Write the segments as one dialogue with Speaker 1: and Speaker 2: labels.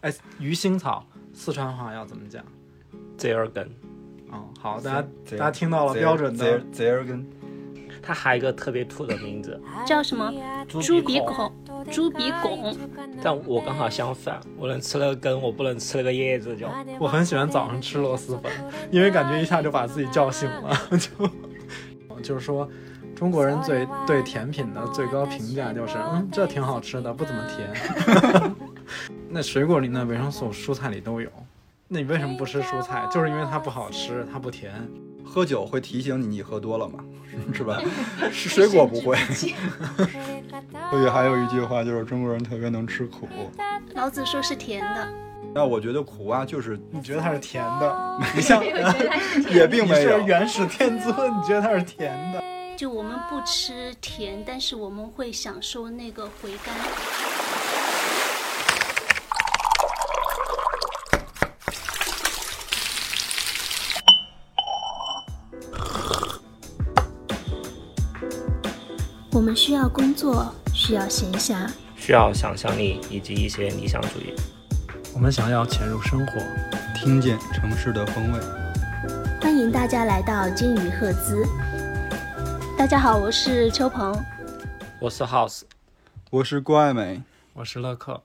Speaker 1: 哎，鱼腥草，四川话要怎么讲？
Speaker 2: z e r g e n
Speaker 1: 嗯，好，大家
Speaker 3: 贼
Speaker 1: 大家听到了标准的
Speaker 3: z e r g e n
Speaker 2: 它还有一个特别土的名字，
Speaker 4: 叫什么？
Speaker 2: 猪
Speaker 4: 猪
Speaker 2: 鼻
Speaker 4: 鼻
Speaker 2: 孔
Speaker 4: 孔，猪鼻孔。
Speaker 2: 但我刚好相反，我能吃了个根，我不能吃了个叶子
Speaker 5: 哎
Speaker 2: 就。
Speaker 1: 我很喜欢早上吃螺蛳粉，因为感觉一下就把自己叫醒了。就就是说，中国人最对甜品的最高评价就是，嗯，这挺好吃的，不怎么甜。 那水果里呢，维生素、蔬菜里都有。那你为什么不吃蔬菜？就是因为它不好吃，它不甜。
Speaker 3: 喝酒会提醒你你喝多了嘛，是吧？是水果不会。所以还有一句话就是中国人特别能吃苦。
Speaker 4: 老子说是甜的，
Speaker 3: 那我觉得苦啊，就是
Speaker 1: 你 觉得它是甜的？你 像
Speaker 3: 也并没有
Speaker 1: 你是原始天尊，你觉得它是甜的？
Speaker 4: 就我们不吃甜，但是我们会享受那个回甘。
Speaker 6: 我们需要工作，需要闲暇，
Speaker 2: 需要想象力以及一些理想主义。
Speaker 1: 我们想要潜入生活，
Speaker 3: 听见城市的风味。
Speaker 6: 欢迎大家来到金鱼赫兹。
Speaker 4: 大家好，我是秋鹏。
Speaker 2: 我是 House，
Speaker 3: 我是郭爱美，
Speaker 1: 我是乐克。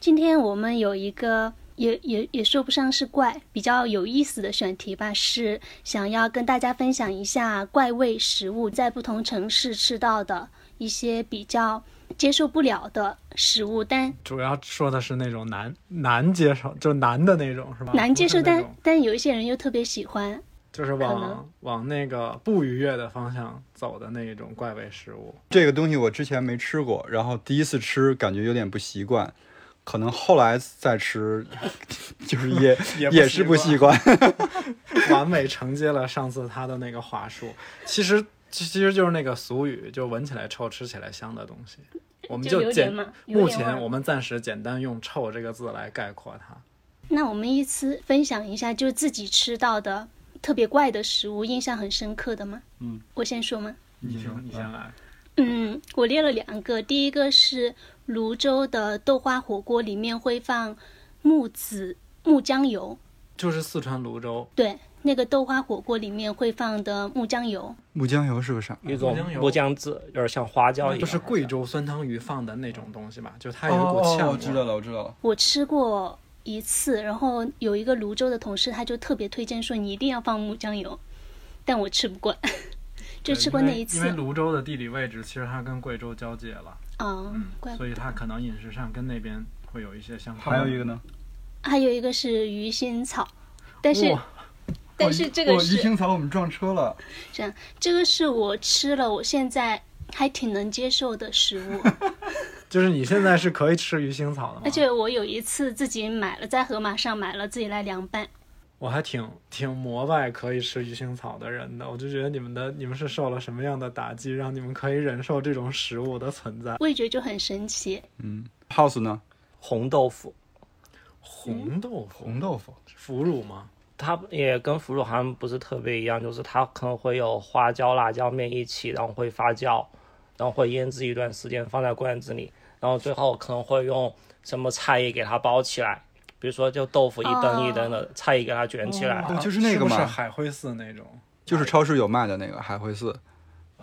Speaker 4: 今天我们有一个也也也说不上是怪，比较有意思的选题吧，是想要跟大家分享一下怪味食物在不同城市吃到的一些比较接受不了的食物，但
Speaker 1: 主要说的是那种难难接受，就难的那种，是吧？
Speaker 4: 难接
Speaker 1: 不
Speaker 4: 受，
Speaker 1: 是那
Speaker 4: 但
Speaker 1: 种
Speaker 4: 但有一些人又特别喜欢。
Speaker 1: 就是
Speaker 4: 可
Speaker 1: 往
Speaker 4: 能
Speaker 1: 往那个不愉悦的方向走的那一种怪味食物。
Speaker 3: 这个东西我之前没吃过，然后第一次吃感觉有点不习惯，可能后来再吃， 就是也
Speaker 1: 也不习惯
Speaker 3: 也是不习惯。
Speaker 1: 完美承接了上次他的那个话术，其实其其实就是那个俗语，就闻起来臭，吃起来香的东西。我们
Speaker 4: 就
Speaker 1: 就
Speaker 4: 榴
Speaker 1: 简
Speaker 4: 莲嘛榴
Speaker 1: 目
Speaker 4: 莲味
Speaker 1: 前
Speaker 4: 儿
Speaker 1: 我们暂时简单用“臭”这个字来概括它。
Speaker 4: 那我们依次分享一下，就自己吃到的特别怪的食物，印象很深刻的吗？
Speaker 3: 嗯，
Speaker 4: 我先说吗？
Speaker 1: 你听，你先来。
Speaker 4: 嗯，我列了两个，第一个是泸州的豆花火锅，里面会放木子木姜油，
Speaker 1: 就是四川泸州，
Speaker 4: 对，那个豆花火锅里面会放的木姜油，
Speaker 3: 木姜油是啊个啥？
Speaker 2: 有一种
Speaker 1: 木姜油
Speaker 2: 木姜汁，有点像花椒
Speaker 1: 那
Speaker 2: 一样。
Speaker 1: 不是贵州酸汤鱼放的那种东西吧？就它有一股呛味。
Speaker 3: 我知道了，我知道了。
Speaker 4: 我吃过一次，然后有一个泸州的同事，他就特别推荐说你一定要放木姜油，但我吃不惯， 就吃过那一次
Speaker 1: 因为泸州的地理位置其实它跟贵州交界了，
Speaker 4: 啊，怪不
Speaker 1: 嗯所以它可能饮食上跟那边会有一些相关。
Speaker 3: 还有一个呢，
Speaker 4: 还有一个是鱼腥草，但是
Speaker 1: 哇
Speaker 4: 但是这个
Speaker 3: 我鱼
Speaker 4: 是
Speaker 3: 腥草我们撞车了，
Speaker 4: 这样，这个是我吃了，我现在还挺能接受的食物。
Speaker 1: 就是你现在是可以吃鱼腥草的吗？
Speaker 4: 而且我有一次自己买了，在盒马上买了，自己来凉拌。
Speaker 1: 我还挺挺膜拜可以吃鱼腥草的人的，我就觉得你们的你们是受了什么样的打击，让你们可以忍受这种食物的存在？
Speaker 4: 味觉就很神奇。
Speaker 3: 嗯，house 呢？
Speaker 2: 红豆腐，
Speaker 1: 嗯红豆腐，
Speaker 3: 红豆腐，
Speaker 1: 腐乳吗？
Speaker 2: 它也跟腐乳好像不是特别一样，就是它可能会有花椒、辣椒面一起，然后会发酵，然后会腌制一段时间，放在罐子里，然后最后可能会用什么菜叶给它包起来，比如说就豆腐一灯一灯的、菜叶给它卷起来。
Speaker 3: 哦就是那个
Speaker 1: 是不是
Speaker 3: 嘛
Speaker 1: 海会寺那种？
Speaker 3: 就是超市有卖的那个海会寺，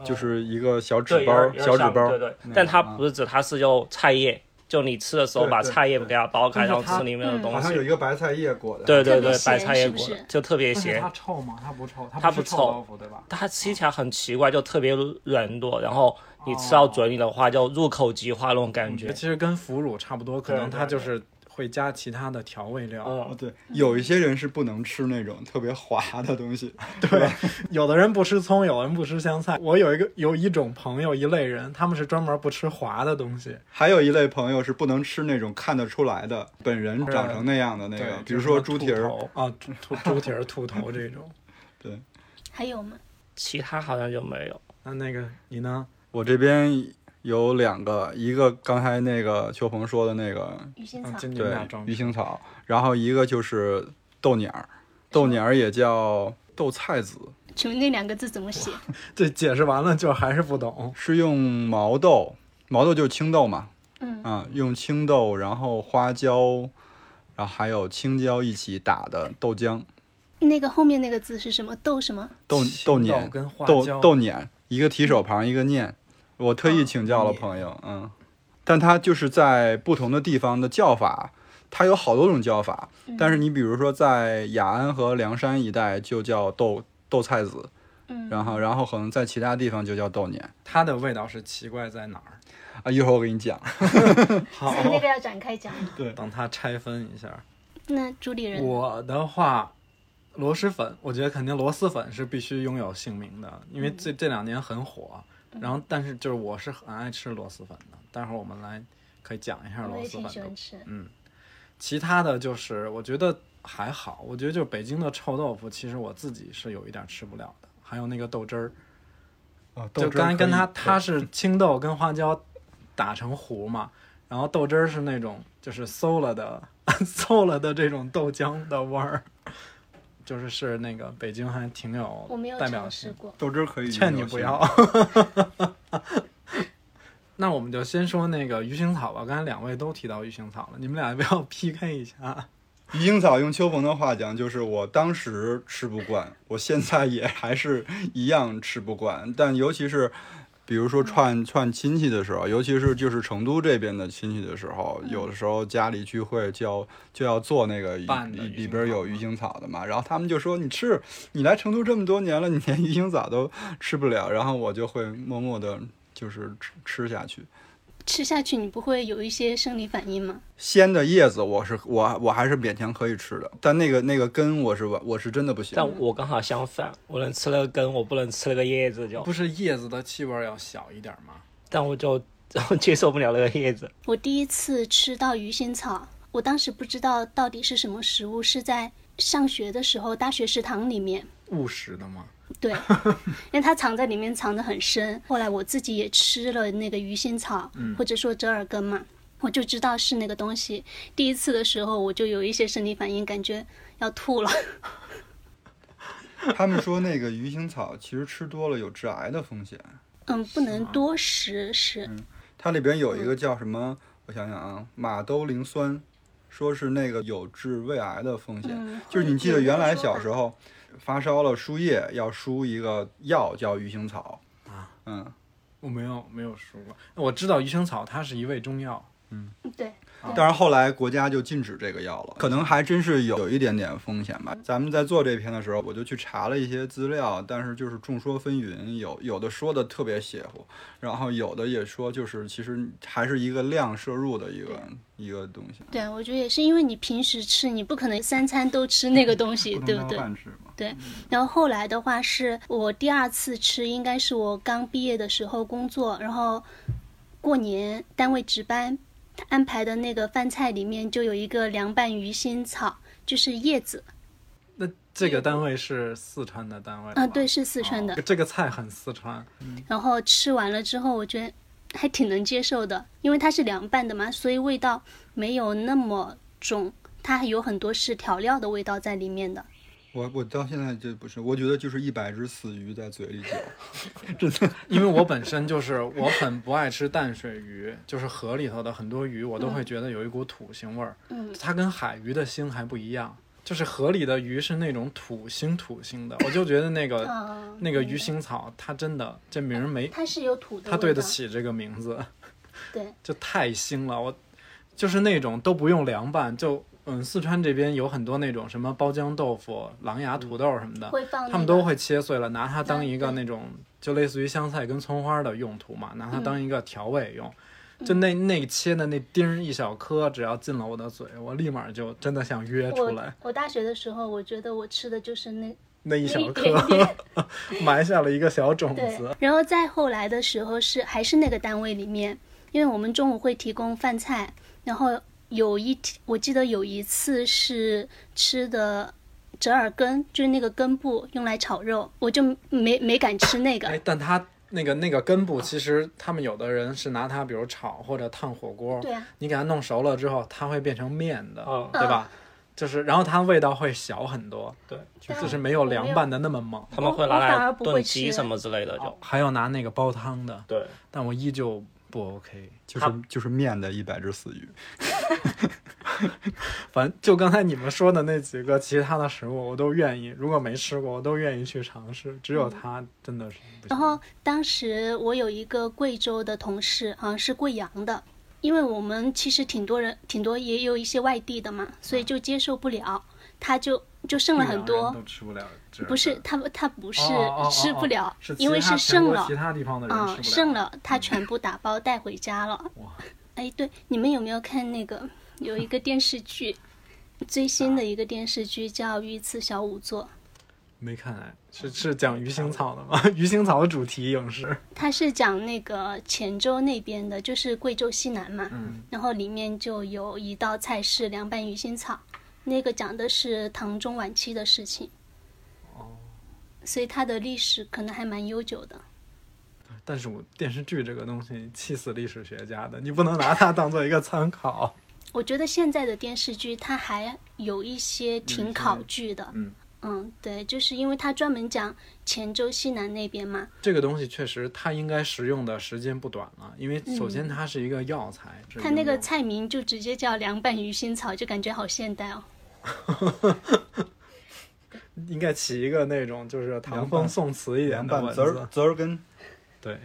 Speaker 3: 就是一个小纸
Speaker 2: 对，
Speaker 3: 包
Speaker 2: 有、点
Speaker 3: 小纸包。
Speaker 2: 对对
Speaker 3: 那个。啊
Speaker 2: 但它不是指，它是用菜叶，就你吃的时候
Speaker 3: 对
Speaker 2: 把
Speaker 3: 对
Speaker 2: 菜叶给它剥
Speaker 1: 但
Speaker 2: 开，
Speaker 1: 是
Speaker 2: 然后
Speaker 1: 它
Speaker 2: 吃里面的
Speaker 4: 嗯
Speaker 2: 东
Speaker 3: 好像
Speaker 2: 西。
Speaker 3: 有一个白菜叶裹的。
Speaker 2: 对对对
Speaker 4: 特别，咸
Speaker 2: 白菜叶
Speaker 4: 是不
Speaker 2: 裹的
Speaker 4: 是
Speaker 2: 就特别
Speaker 1: 但是
Speaker 2: 咸
Speaker 1: 它。臭吗？它不臭，它
Speaker 2: 它
Speaker 1: 不是
Speaker 2: 不臭
Speaker 1: 臭豆腐对吧？
Speaker 2: 它吃起来很奇怪，就特别软糯，然后你吃
Speaker 3: 哦
Speaker 2: 到嘴里的话，就入口即化那种
Speaker 3: 嗯
Speaker 2: 感觉。
Speaker 1: 其实跟腐乳差不多，可能
Speaker 2: 对对
Speaker 1: 它就是会加其他的调味料。
Speaker 3: 哦
Speaker 2: 嗯，
Speaker 3: 对，有一些人是不能吃那种特别滑的东西。
Speaker 1: 有的人不吃葱，有的人不吃香菜。我有一个有一种朋友一类人，他们是专门不吃滑的东西。
Speaker 3: 还有一类朋友是不能吃那种看得出来的本人长成那样的那
Speaker 1: 对
Speaker 3: 个，，比如说猪蹄
Speaker 1: 就是什
Speaker 3: 儿
Speaker 1: 么，兔头啊， 猪猪猪蹄儿、兔头这种。
Speaker 4: 还有吗？
Speaker 2: 其他好像就没有。
Speaker 1: 那那个你呢？
Speaker 3: 我这边有两个，一个刚才那个秋鹏说的那个，
Speaker 4: 鱼腥
Speaker 1: 啊，
Speaker 4: 草。
Speaker 1: 就你
Speaker 3: 对
Speaker 1: 们俩装，
Speaker 3: 鱼腥草，然后一个就是豆鸟儿，豆鸟儿也叫豆菜籽，
Speaker 4: 请问那两个字怎么写？
Speaker 1: 这解释完了就还是不懂。
Speaker 3: 是用毛豆，毛豆就是青豆嘛，
Speaker 4: 嗯
Speaker 3: 啊，用青豆，然后花椒，然后还有青椒一起打的豆浆、
Speaker 4: 那个后面那个字是什么？豆什么？
Speaker 3: 豆豆
Speaker 1: 青豆
Speaker 3: 碾
Speaker 1: 跟花
Speaker 3: 豆
Speaker 1: 椒哦
Speaker 3: 豆碾，一个提手旁，一个念。我特意请教了朋友，嗯，但它就是在不同的地方的叫法，它有好多种叫法。
Speaker 4: 嗯
Speaker 3: 但是你比如说在雅安和凉山一带就叫豆豆菜籽，
Speaker 4: 嗯
Speaker 3: 然后然后可能在其他地方就叫豆碾
Speaker 1: 它的味道是奇怪在哪儿？
Speaker 3: 啊。一会儿我给你讲。
Speaker 1: 好，
Speaker 4: 那个要展开讲。
Speaker 1: 等它拆分一下。
Speaker 4: 那主理人，
Speaker 1: 我的话，螺蛳粉，我觉得肯定螺蛳粉是必须拥有姓名的，因为这这两年很火。然后，但是就是我是很爱吃螺蛳粉的。待会儿我们来可以讲一下
Speaker 4: 我
Speaker 1: 螺
Speaker 4: 也
Speaker 1: 蛳
Speaker 4: 挺
Speaker 1: 粉
Speaker 4: 喜
Speaker 1: 的嗯
Speaker 4: 欢吃。
Speaker 1: 其他的就是我觉得还好，我觉得就是北京的臭豆腐，其实我自己是有一点吃不了的。还有那个豆汁儿，
Speaker 3: 啊，豆
Speaker 1: 就
Speaker 3: 汁儿
Speaker 1: 刚才
Speaker 3: 可
Speaker 1: 跟
Speaker 3: 以
Speaker 1: 它
Speaker 3: 对
Speaker 1: 它是青豆跟花椒打成糊嘛，然后豆汁儿是那种就是馊了的 馊了的这种豆浆的味儿，就是是那个北京还挺有
Speaker 4: 我没有
Speaker 1: 代表
Speaker 4: 尝
Speaker 1: 性
Speaker 4: 试。过。
Speaker 3: 豆汁儿可以
Speaker 1: 劝
Speaker 3: 有
Speaker 1: 你
Speaker 3: 些
Speaker 1: 不要。 那我们就先说那个鱼腥草吧，刚才两位都提到鱼腥草了，你们俩要不 要 PK 一下？
Speaker 3: 鱼腥草用秋鹏的话讲，就是我当时吃不惯，我现在也 还是一样吃不惯。但尤其是，比如说串串亲戚的时候，尤其是就是成都这边的亲戚的时候，有的时候家里聚会就要就要做那个里
Speaker 1: 拌的
Speaker 3: 里
Speaker 1: 鱼腥
Speaker 3: 里边有
Speaker 1: 草
Speaker 3: 鱼腥草的嘛，然后他们就说你吃，你来成都这么多年了，你连鱼腥草都吃不了，然后我就会默默的，就是吃吃下去。
Speaker 4: 吃下去你不会有一些生理反应吗？
Speaker 3: 鲜的叶子我是我我还是勉强可以吃的，但那个那个根我是我是真的不行。
Speaker 4: 嗯
Speaker 2: 但我刚好相反，我能吃了个根，我不能吃了个叶子就，
Speaker 1: 不是叶子的气味儿要小一点吗？
Speaker 2: 但我就 接受不了那个叶子。
Speaker 4: 我第一次吃到鱼腥草，我当时不知道到底是什么食物，是在上学的时候大学食堂里面，
Speaker 1: 务实的吗？
Speaker 4: 对， 因为它藏在里面藏得很深。后来我自己也吃了那个鱼腥草，或者说折耳根嘛，我就知道是那个东西。第一次的时候我就有一些生理反应，感觉要吐了。
Speaker 3: 他们说那个鱼腥草其实吃多了有致癌的风险，
Speaker 4: 嗯，不能多食是
Speaker 3: 它里边有一
Speaker 2: 嗯
Speaker 3: 个叫什么？我想想啊，马兜铃酸，说是那个有致胃癌的风险。
Speaker 2: 嗯
Speaker 3: 就是你记得原来小时候发烧了输液要输一个药叫鱼腥草
Speaker 1: 啊，
Speaker 3: 嗯，
Speaker 1: 我没有没有说过，我知道鱼腥草它是一味中药，
Speaker 4: 对，
Speaker 3: 但是后来国家就禁止这个药了，可能还真是有有一点点风险吧。咱们在做这篇的时候，我就去查了一些资料，但是就是众说纷纭，有有的说的特别邪乎，然后有的也说就是其实还是一个量摄入的一个一个东西，
Speaker 4: 对，我觉得也是因为你平时吃，你不可能三餐都吃那个东西，对不对？
Speaker 3: 吃嘛。
Speaker 4: 然后后来的话是我第二次吃，应该是我刚毕业的时候工作，然后过年单位值班，他安排的那个饭菜里面就有一个凉拌鱼腥草，就是叶子，
Speaker 1: 那这个单位是四川的单位
Speaker 4: 啊，
Speaker 1: 吗
Speaker 4: 对，是四川的
Speaker 1: 哦。这个菜很四川，
Speaker 4: 然后吃完了之后，我觉得还挺能接受的，因为它是凉拌的嘛，所以味道没有那么重，它还有很多是调料的味道在里面的。
Speaker 3: 我我到现在就不是，我觉得就是一百只死鱼在嘴里 嚼。
Speaker 1: 因为我本身就是我很不爱吃淡水鱼，就是河里头的很多鱼，我都会觉得有一股土腥味儿。
Speaker 4: 嗯，
Speaker 1: 它跟海鱼的腥还不一样，就是河里的鱼是那种土腥土腥的，我就觉得那个
Speaker 4: 啊，
Speaker 1: 那个鱼腥草，它真的这名儿没，
Speaker 4: 它是有土的味道，
Speaker 1: 它对得起这个名字，
Speaker 4: 对。
Speaker 1: 就太腥了。我就是那种都不用凉拌，就嗯，四川这边有很多那种什么包浆豆腐、狼牙土豆什么的，
Speaker 4: 嗯会放、那个，
Speaker 1: 他们都会切碎了，拿它当一个
Speaker 4: 对
Speaker 1: 那种就类似于香菜跟葱花的用途嘛，拿它
Speaker 4: 嗯
Speaker 1: 当一个调味用。就那那切的那丁儿一小颗，只要进了我的嘴，我立马就真的想约出来
Speaker 4: 我我大学的时候，我觉得我吃的就是那
Speaker 1: 那一
Speaker 4: 那
Speaker 1: 小
Speaker 4: 一
Speaker 1: 颗
Speaker 4: 点，点，
Speaker 1: 埋下了一个小种
Speaker 4: 对
Speaker 1: 子。。
Speaker 4: 然后再后来的时候是还是那个单位里面，因为我们中午会提供饭菜，然后有一天我记得有一次是吃的折耳根，就是那个根部用来炒肉，我就没没敢吃那个。
Speaker 1: 哎，但它那个那个根部，其实他们有的人是拿它，比如炒或者烫火锅，
Speaker 4: 对啊，
Speaker 1: 你给它弄熟了之后，它会变成面的，
Speaker 2: 嗯
Speaker 1: 对吧？就是，然后它味道会小很多，
Speaker 2: 对，
Speaker 4: 啊
Speaker 1: 就是没有凉拌的那么猛。
Speaker 2: 他们会拿
Speaker 4: 我反
Speaker 2: 来
Speaker 4: 而不会
Speaker 2: 炖
Speaker 4: 吃
Speaker 2: 鸡什么之类的
Speaker 3: 哦
Speaker 2: 就。
Speaker 1: 还有拿那个煲汤的，
Speaker 2: 对，
Speaker 1: 但我依旧不 OK。
Speaker 3: 就是
Speaker 2: 它
Speaker 3: 就是面的一百只死鱼，
Speaker 1: 反正就刚才你们说的那几个其他的食物，我都愿意。如果没吃过，我都愿意去尝试。只有它真的是不行。
Speaker 4: 嗯然后当时我有一个贵州的同事，好像是贵阳的，因为我们其实挺多人，挺多也有一些外地的嘛，所以就接受不了，他就就剩了很
Speaker 1: 贵阳
Speaker 4: 多
Speaker 1: 啊人。都吃不了这个，
Speaker 4: 不是他，他不是
Speaker 1: 哦哦哦
Speaker 4: 吃不了，
Speaker 1: 哦是其
Speaker 4: 因为
Speaker 1: 他
Speaker 4: 是
Speaker 1: 全
Speaker 4: 剩
Speaker 1: 国
Speaker 4: 了
Speaker 1: 其，他地方的人吃不
Speaker 4: 嗯，
Speaker 1: 了
Speaker 4: 剩了，他全部打包带回家了
Speaker 1: 哇。
Speaker 4: 哎，对，你们有没有看那个有一个电视剧，最新的一个电视剧叫《御赐小仵作》，
Speaker 1: 没看来是是讲鱼腥草的吗？ 鱼腥草的主题影视，
Speaker 4: 它是讲那个黔州那边的，就是贵州西南嘛。
Speaker 1: 嗯，
Speaker 4: 然后里面就有一道菜是凉拌鱼腥草，那个讲的是唐中晚期的事情。
Speaker 1: 哦
Speaker 4: 所以它的历史可能还蛮悠久的。
Speaker 1: 但是我电视剧这个东西气死历史学家的，你不能拿它当做一个参考。
Speaker 4: 我觉得现在的电视剧它还有一些挺考据的，
Speaker 1: 嗯
Speaker 4: 嗯对，就是因为它专门讲黔州西南那边嘛，
Speaker 1: 这个东西确实，它应该食用的时间不短了，因为首先它是一个药材，是
Speaker 4: 嗯它那
Speaker 1: 应
Speaker 4: 个
Speaker 1: 用
Speaker 4: 菜名就直接叫凉拌鱼腥草，就感觉好现代哦。
Speaker 1: 应该起一个那种就是唐
Speaker 3: 凉
Speaker 1: 风
Speaker 3: 拌
Speaker 1: 宋词一点
Speaker 3: 凉
Speaker 1: 的
Speaker 3: 拌
Speaker 1: 文
Speaker 3: 籽儿
Speaker 1: 字，
Speaker 3: 籽儿根，
Speaker 1: 对，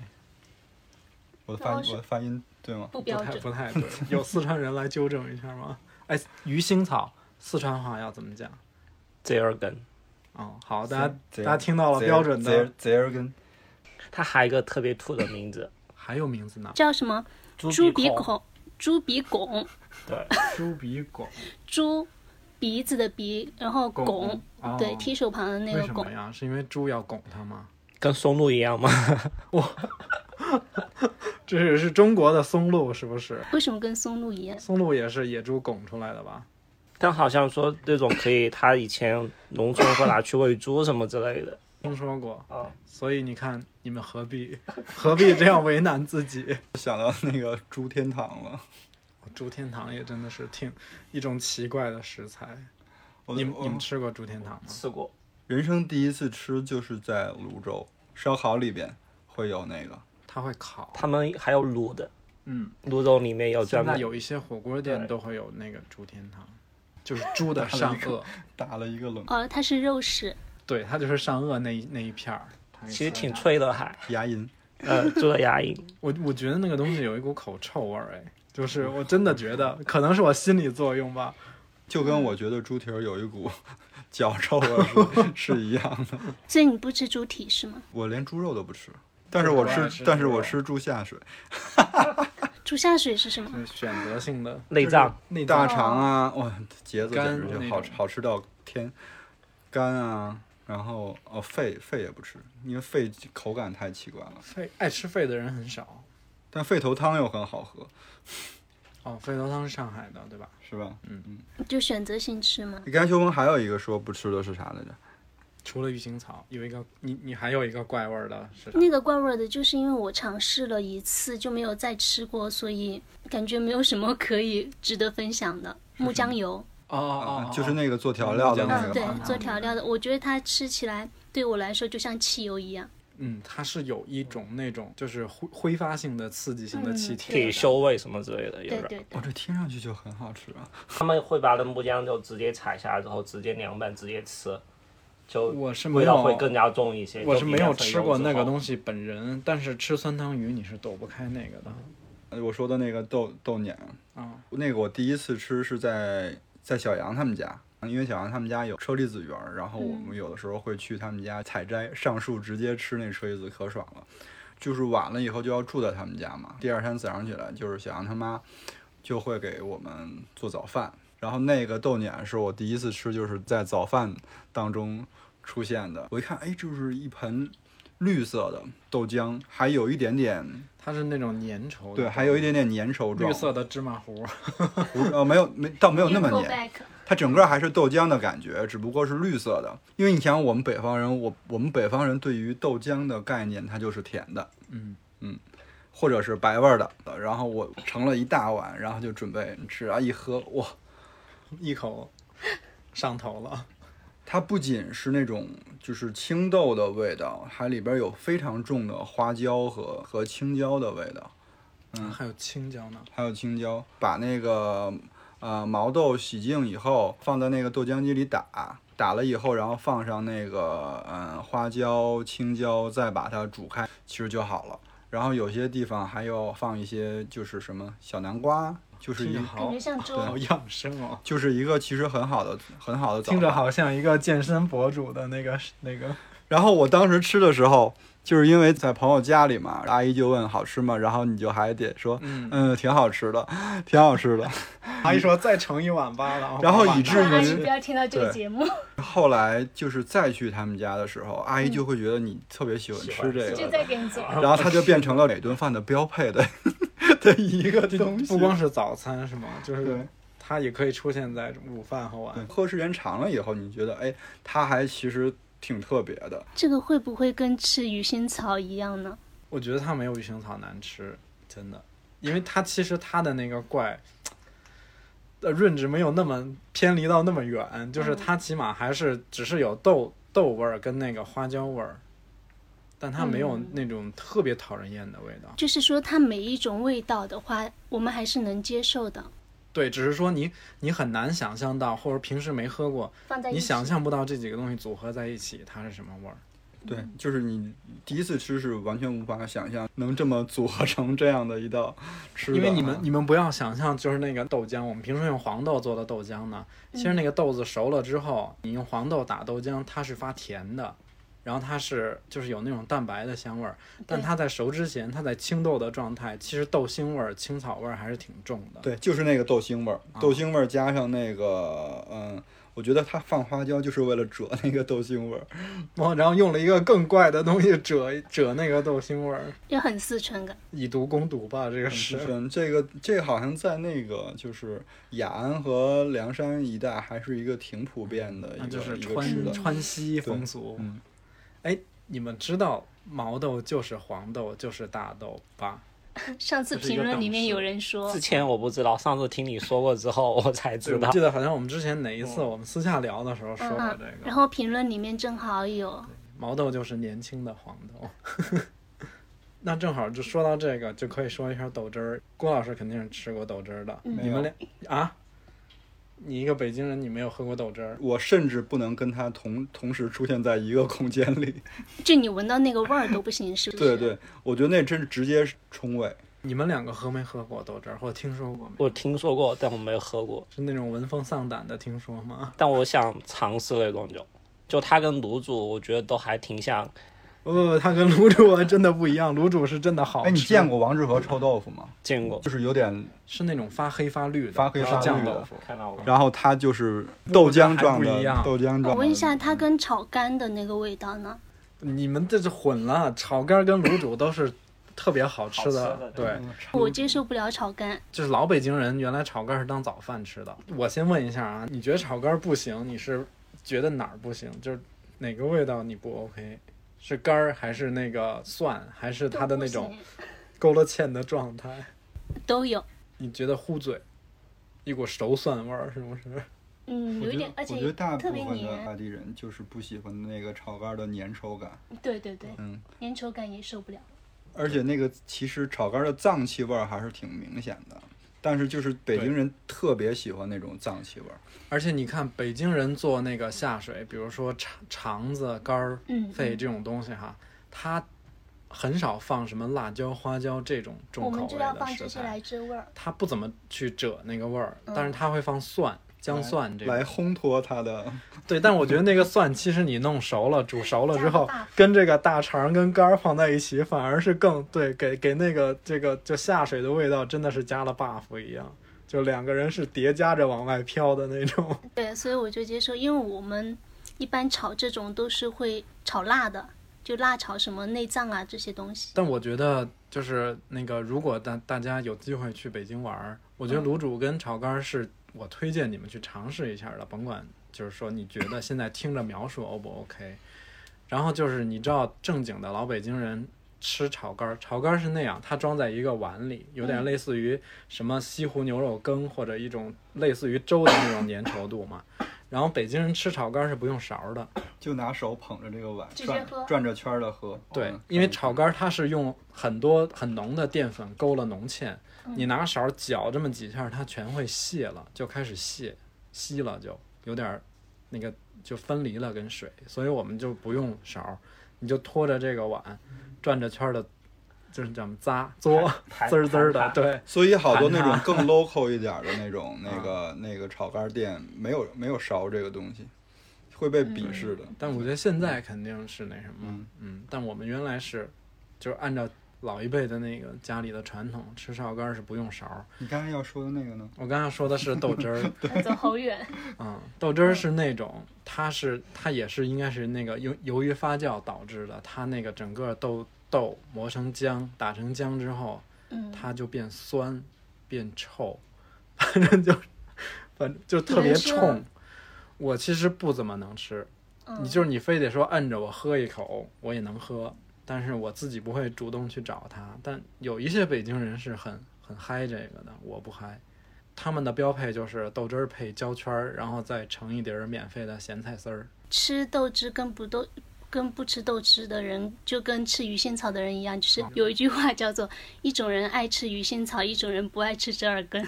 Speaker 3: 我的发
Speaker 4: 那我是
Speaker 3: 音我的发音对吗？
Speaker 4: 不
Speaker 1: 不
Speaker 4: 标
Speaker 1: 太
Speaker 4: 准，
Speaker 1: 不太对，有四川人来纠正一下吗？哎，鱼腥草四川话要怎么讲？
Speaker 2: 这二根。
Speaker 1: 哦，好，大家
Speaker 3: 贼
Speaker 1: 大家听到了
Speaker 3: 贼
Speaker 1: 标准
Speaker 3: 贼
Speaker 1: 的，
Speaker 3: 贼儿根，
Speaker 2: 它还有一个特别土的名字，
Speaker 1: 还有名 字呢，
Speaker 4: 叫什么猪
Speaker 2: 猪
Speaker 4: 鼻
Speaker 2: 孔。
Speaker 4: 孔、猪鼻拱、
Speaker 2: 对，
Speaker 1: 猪鼻拱
Speaker 4: 猪鼻子的鼻，然后拱，，
Speaker 1: 哦
Speaker 4: 对，提手旁的那
Speaker 1: 为
Speaker 4: 个
Speaker 1: 什
Speaker 4: 拱
Speaker 1: 么。呀？是因为猪要拱它吗？
Speaker 2: 跟松露一样吗？
Speaker 1: 这是是中国的松露是不是？
Speaker 4: 为什么跟松露一样？
Speaker 1: 松露也是野猪拱出来的吧？
Speaker 2: 但好像说这种可以，它以前农村会拿去喂猪什么之类的。
Speaker 1: 听说过
Speaker 2: 啊，
Speaker 1: 所以你看，你们何必 何必这样为难自己？
Speaker 3: 想到那个猪天堂了。
Speaker 1: 猪天堂也真的是挺一种奇怪的食材。
Speaker 3: 我
Speaker 1: 你们
Speaker 3: 我
Speaker 1: 你们吃过猪天堂吗？
Speaker 2: 吃过，
Speaker 3: 人生第一次吃就是在泸州烧烤里边会有那个，
Speaker 1: 它会烤，
Speaker 2: 他们还有卤的，
Speaker 1: 嗯，
Speaker 2: 卤肉里面有
Speaker 1: 现
Speaker 2: 专
Speaker 1: 在
Speaker 2: 门。
Speaker 1: 有一些火锅店
Speaker 2: 对
Speaker 1: 都会有那个猪天堂，就是猪 的上颚，
Speaker 3: 打了一个冷，
Speaker 4: 哦，它是肉食，
Speaker 1: 对，它就是上颚那一那一片儿。它给
Speaker 2: 其实
Speaker 1: 烤
Speaker 2: 挺脆 的还，
Speaker 3: 牙龈
Speaker 2: 呃，猪的牙龈。
Speaker 1: 我我觉得那个东西有一股口臭味儿，哎，就是我真的觉得，可能是我心理作用吧。
Speaker 3: 就跟我觉得猪蹄儿有一股 脚臭味儿 是是一样的。
Speaker 4: 所以你不吃猪蹄是吗？
Speaker 3: 我连猪肉都不吃，但是我
Speaker 1: 我爱吃
Speaker 3: 吃，
Speaker 1: 猪
Speaker 3: 但是
Speaker 1: 肉哦
Speaker 3: 我吃猪下水、
Speaker 4: 猪下水是什么？
Speaker 1: 就是选择性的
Speaker 2: 内脏、
Speaker 1: 内
Speaker 3: 大
Speaker 1: 脏、
Speaker 3: 肠啊，哇，节子简
Speaker 1: 肝
Speaker 3: 直
Speaker 1: 那
Speaker 3: 就好
Speaker 1: 种
Speaker 3: 好吃到天，肝啊，然后哦肺肺也不吃，因为肺口感太奇怪了。
Speaker 1: 肺爱吃肺的人很少。
Speaker 3: 但肺头汤又很好喝，
Speaker 1: 哦，肺头汤是上海的，对吧？
Speaker 3: 是吧？
Speaker 4: 就选择性吃吗？
Speaker 1: 嗯
Speaker 3: 刚才修文还有一个说不吃的是啥来着？
Speaker 1: 除了鱼腥草，有一个你你还有一个怪味儿的是啥？
Speaker 4: 那个怪味儿的，就是因为我尝试了一次就没有再吃过，所以感觉没有什么可以值得分享的。木姜油，
Speaker 1: 哦哦
Speaker 3: 啊
Speaker 1: 哦，，
Speaker 3: 就是那个做调料的那
Speaker 4: 嗯，
Speaker 3: 个
Speaker 4: 对
Speaker 1: 啊
Speaker 3: 吧。，
Speaker 4: 做调料的，我觉得它吃起来对我来说就像汽油一样。
Speaker 1: 嗯，它是有一种那种就是挥挥发性的刺激性的气体
Speaker 2: 可以
Speaker 1: 的，
Speaker 2: 修胃什么之类的，有
Speaker 4: 对
Speaker 2: 的。
Speaker 4: 对
Speaker 3: 我、
Speaker 4: 对，
Speaker 3: 哦这听上去就很好吃啊！
Speaker 2: 他们会把那木姜就直接采下来之后，直接凉拌，直接吃，就
Speaker 1: 我是没
Speaker 2: 味道
Speaker 1: 有
Speaker 2: 会更加重一些。
Speaker 1: 我是没有吃过那个
Speaker 2: 西。
Speaker 1: 东西本人，但是吃酸汤鱼你是躲不开那个的。
Speaker 3: 呃我说的那个豆豆碾，
Speaker 1: 啊，
Speaker 3: 那个我第一次吃是在在小杨他们家，因为小杨他们家有车厘子园儿，然后我们有的时候会去他们家采摘，上树直接吃那车厘子，可爽了。就是晚了以后就要住在他们家嘛，第二天早上起来就是小杨他妈就会给我们做早饭，然后那个豆碾是我第一次吃，就是在早饭当中出现的。我一看，哎，就是一盆绿色的豆浆，还有一点点
Speaker 1: 它是那种粘稠的，
Speaker 3: 对，还有一点点粘稠状，
Speaker 1: 绿色的芝麻糊。
Speaker 3: 不是呃，没有没倒没有那么
Speaker 4: Go
Speaker 3: 粘，
Speaker 4: back
Speaker 3: 它整个还是豆浆的感觉，只不过是绿色的。因为你想，我们北方人，我我们北方人对于豆浆的概念，它就是甜的，
Speaker 1: 嗯
Speaker 3: 嗯，或者是白味儿的。然后我盛了一大碗，然后就准备吃啊，一喝哇，
Speaker 1: 一口上头了。
Speaker 3: 它不仅是那种就是青豆的味道，还里边有非常重的花椒和和青椒的味道，
Speaker 1: 还有青椒呢，
Speaker 3: 还有青椒，把那个呃毛豆洗净以后放在那个豆浆机里打，打了以后，然后放上那个嗯花椒、青椒，再把它煮开，其实就好了。然后有些地方还要放一些就是什么小南瓜，就是
Speaker 1: 听
Speaker 3: 一
Speaker 1: 着
Speaker 4: 感
Speaker 1: 好
Speaker 4: 觉像粥。
Speaker 3: 对
Speaker 1: 好养生哦，
Speaker 3: 就是一个其实很好的很好的早
Speaker 1: 听着
Speaker 3: 饭
Speaker 1: 好像一个健身博主的那个那个，
Speaker 3: 然后我当时吃的时候，就是因为在朋友家里嘛，阿姨就问好吃吗？然后你就还得说，
Speaker 1: 嗯，
Speaker 3: 嗯，挺好吃的，挺好吃的。
Speaker 1: 阿姨说再盛一碗吧，然后
Speaker 3: 然后
Speaker 1: 把
Speaker 3: 以
Speaker 1: 它
Speaker 3: 至
Speaker 4: 阿姨
Speaker 3: 于
Speaker 4: 不要听到这个
Speaker 3: 对
Speaker 4: 节目，
Speaker 3: 后来就是再去他们家的时候，阿姨就会觉得你特别喜欢
Speaker 2: 喜
Speaker 3: 吃
Speaker 2: 欢
Speaker 3: 这
Speaker 2: 对
Speaker 4: 就
Speaker 3: 个，
Speaker 4: 嗯再给你做。
Speaker 3: 然后它就变成了每顿饭的标 配的的一个
Speaker 1: 这
Speaker 3: 东西。
Speaker 1: 不光是早餐是吗？就是
Speaker 3: 对
Speaker 1: 它也可以出现在午饭和晚
Speaker 3: 对喝时间长了以后，你觉得哎，它还其实挺特别的。
Speaker 4: 这个会不会跟吃鱼腥草一样呢？
Speaker 1: 我觉得它没有鱼腥草难吃，真的，因为它其实它的那个怪，呃，润质没有那么偏离到那么远，就是它起码还是只是有豆豆味儿跟那个花椒味儿，但它没有
Speaker 4: 嗯
Speaker 1: 那种特别讨人厌的味道。
Speaker 4: 就是说，它每一种味道的话，我们还是能接受的。
Speaker 1: 对，只是说你你很难想象到，或者平时没喝过，
Speaker 4: 放在一
Speaker 1: 你
Speaker 4: 起，
Speaker 1: 想象不到这几个东西组合在一起它是什么味儿。
Speaker 3: 对，
Speaker 4: 嗯
Speaker 3: 就是你第一次吃是完全无法想象能这么组合成这样的一道吃的啊。
Speaker 1: 因为你们你们不要想象，就是那个豆浆，我们平时用黄豆做的豆浆呢，其实那个豆子熟了之后，你用黄豆打豆浆，它是发甜的，然后它是就是有那种蛋白的香味儿，但
Speaker 4: 对
Speaker 1: 它在熟之前，它在青豆的状态，其实豆腥味儿、青草味儿还是挺重的。
Speaker 3: 对，就是那个豆腥味儿，
Speaker 1: 啊
Speaker 3: 豆腥味儿加上那个，嗯，我觉得他放花椒就是为了遮那个豆腥味儿。
Speaker 1: 哦，然后用了一个更怪的东西遮遮那个豆腥味儿，
Speaker 4: 也很四川感。
Speaker 1: 以毒攻毒吧，这个
Speaker 3: 嗯是
Speaker 1: 是。
Speaker 3: 这个这个好像在那个就是雅安和凉山一带还是一个挺普遍的一
Speaker 1: 那
Speaker 3: 个、
Speaker 1: 就是
Speaker 3: 一个吃
Speaker 1: 川
Speaker 3: 的。
Speaker 1: 川西风俗。
Speaker 3: 嗯，
Speaker 1: 哎你们知道毛豆就是黄豆就是大豆吧？
Speaker 4: 上次评论里面有人说
Speaker 2: 之，前我不知道，上次听你说过之后我才
Speaker 1: 对，
Speaker 2: 知
Speaker 1: 我
Speaker 2: 道
Speaker 1: 记。得好像我们之前哪一
Speaker 3: 嗯
Speaker 1: 次我们私下聊的时候说过
Speaker 4: 嗯
Speaker 1: 这，个
Speaker 4: 然。后评论里面正好有，
Speaker 1: 毛豆就是年轻的黄豆。 那正好就说到这个，就可以说一下豆汁儿。郭老师肯定是吃过豆汁儿
Speaker 4: 嗯
Speaker 1: 的，
Speaker 3: 没
Speaker 1: 你们
Speaker 3: 有
Speaker 1: 俩啊？你一个北京人，你没有喝过豆汁儿？
Speaker 3: 我甚至不能跟他同同时出现在一个空间 里。
Speaker 4: 就你闻到那个味儿都不行，是不是？
Speaker 3: 对。对，我觉得那真是直接冲胃。
Speaker 1: 你们两个喝没喝过豆汁儿，或者听说过没？
Speaker 2: 我听说过，但我没有喝过。
Speaker 1: 是那种闻风丧胆的听说吗？
Speaker 2: 但我想尝试那种酒，就它跟卤煮，我觉得都还挺像。
Speaker 1: 不不不，它跟卤煮还真的不一样，卤煮是真的好吃。
Speaker 3: 哎，你见过王致和臭豆腐吗？
Speaker 2: 见过，
Speaker 3: 就是有点，
Speaker 1: 是那种发黑发绿的，
Speaker 3: 发黑
Speaker 1: 然后
Speaker 3: 发绿
Speaker 1: 酱
Speaker 3: 的
Speaker 1: 豆腐。
Speaker 2: 看到过。
Speaker 3: 然后它就是豆浆状
Speaker 1: 还不
Speaker 3: 的
Speaker 1: 一样，
Speaker 3: 豆浆状的。
Speaker 4: 啊我问一下，它跟炒肝的那个味道呢？
Speaker 1: 你们这是混了，炒肝跟卤煮都是特别好吃的，
Speaker 2: 好吃的
Speaker 1: 对。
Speaker 3: 嗯
Speaker 4: 我接受不了炒肝，
Speaker 1: 就是老北京人原来炒肝是当早饭吃的。我先问一下啊，你觉得炒肝不行，你是觉得哪儿不行？就是哪个味道你不 OK？是肝儿还是那个蒜，还是它的那种勾了芡的状态？
Speaker 4: 都有，
Speaker 1: 你觉得糊嘴，一股熟蒜味儿是不是？
Speaker 4: 嗯，有一点，而
Speaker 3: 我觉
Speaker 4: 且
Speaker 3: 得大
Speaker 4: 特
Speaker 3: 部
Speaker 4: 别
Speaker 3: 分的
Speaker 4: 黏，
Speaker 3: 外地人就是不喜欢那个炒肝的粘稠感，
Speaker 4: 对对对，
Speaker 3: 嗯，
Speaker 4: 粘稠感也受不了。
Speaker 3: 而且那个其实炒肝的脏气味儿还是挺明显的，但是就是北京人特别喜欢那种脏气味儿，
Speaker 1: 而且你看北京人做那个下水，比如说肠肠子、肝儿、
Speaker 4: 嗯，
Speaker 1: 肺这种东西哈，它很少放什么辣椒、花椒这种
Speaker 4: 我
Speaker 1: 重口
Speaker 4: 们
Speaker 1: 味
Speaker 4: 就要
Speaker 1: 的
Speaker 4: 放这
Speaker 1: 食
Speaker 4: 些
Speaker 1: 材。
Speaker 4: 来遮味儿。
Speaker 1: 它不怎么去遮那个味儿，但是它会放蒜、姜蒜这
Speaker 3: 来
Speaker 1: 个。
Speaker 3: 烘托它的。
Speaker 1: 对，但我觉得那个蒜其实你弄熟了、煮熟了之后
Speaker 4: 加大，
Speaker 1: 跟这个大肠跟肝儿放在一起，反而是更对，给给那个这个就下水的味道真的是加了 buff 一样，就两个人是叠加着往外飘的那种。
Speaker 4: 对，所以我就接受，因为我们一般炒这种都是会炒辣的，就辣炒什么内脏啊这些东西。
Speaker 1: 但我觉得就是那个，如果大大家有机会去北京玩儿，我觉得卤煮跟炒肝儿是我推荐你们去尝试一下的，甭管就是说你觉得现在听着描述 O 不 OK，然后就是你知道正经的老北京人。吃炒肝儿，炒肝儿是那样，它装在一个碗里，有点类似于什么西湖牛肉羹或者一种类似于粥的那种粘稠度嘛。然后北京人吃炒肝是不用勺的，
Speaker 3: 就拿手捧着这个碗
Speaker 4: 直接
Speaker 3: 转
Speaker 4: 喝
Speaker 3: 转着圈的喝。
Speaker 1: 对
Speaker 3: 嗯，
Speaker 1: 因为炒肝它是用很多很浓的淀粉勾了浓芡，你拿勺搅这么几下，它全会泄了，就开始泄稀了，就有点儿那个就分离了跟水，所以我们就不用勺，你就拖着这个碗转着圈的，就是这么咂嘬
Speaker 2: 弹
Speaker 1: 滋儿滋儿
Speaker 2: 弹
Speaker 1: 的，
Speaker 2: 它
Speaker 1: 对，
Speaker 3: 所以好多那种
Speaker 1: 盘
Speaker 3: 更 local 一点儿的那种那个那个炒肝店没有没有烧这个东西，会
Speaker 4: 嗯
Speaker 3: 被鄙视的。
Speaker 1: 但我觉得现在肯定是那什么，
Speaker 3: 嗯
Speaker 1: 嗯但我们原来是，就是按照老一辈的那个家里的传统，吃烧干是不用勺儿。
Speaker 3: 你刚才要说的那个呢？
Speaker 1: 我刚才说的是豆汁儿，
Speaker 4: 走好远，
Speaker 1: 嗯，豆汁儿是那种，它是它也是应该是那个由由于发酵导致的，它那个整个豆豆磨成浆，打成浆之后，
Speaker 4: 嗯，
Speaker 1: 它就变酸，变臭，反正就反正就特别
Speaker 4: 能吃吗
Speaker 1: 冲。我其实不怎么能吃，
Speaker 4: 嗯
Speaker 1: 你就是你非得说摁着我喝一口，我也能喝，但是我自己不会主动去找它。但有一些北京人是很很嗨这个的，我不嗨。他们的标配就是豆汁儿配焦圈儿，然后再盛一碟儿免费的咸菜丝儿。
Speaker 4: 吃豆汁跟不豆跟不吃豆汁的人，就跟吃鱼腥草的人一样，就是
Speaker 2: 嗯
Speaker 4: 有一句话叫做“一种人爱吃鱼腥草，一种人不爱吃折耳根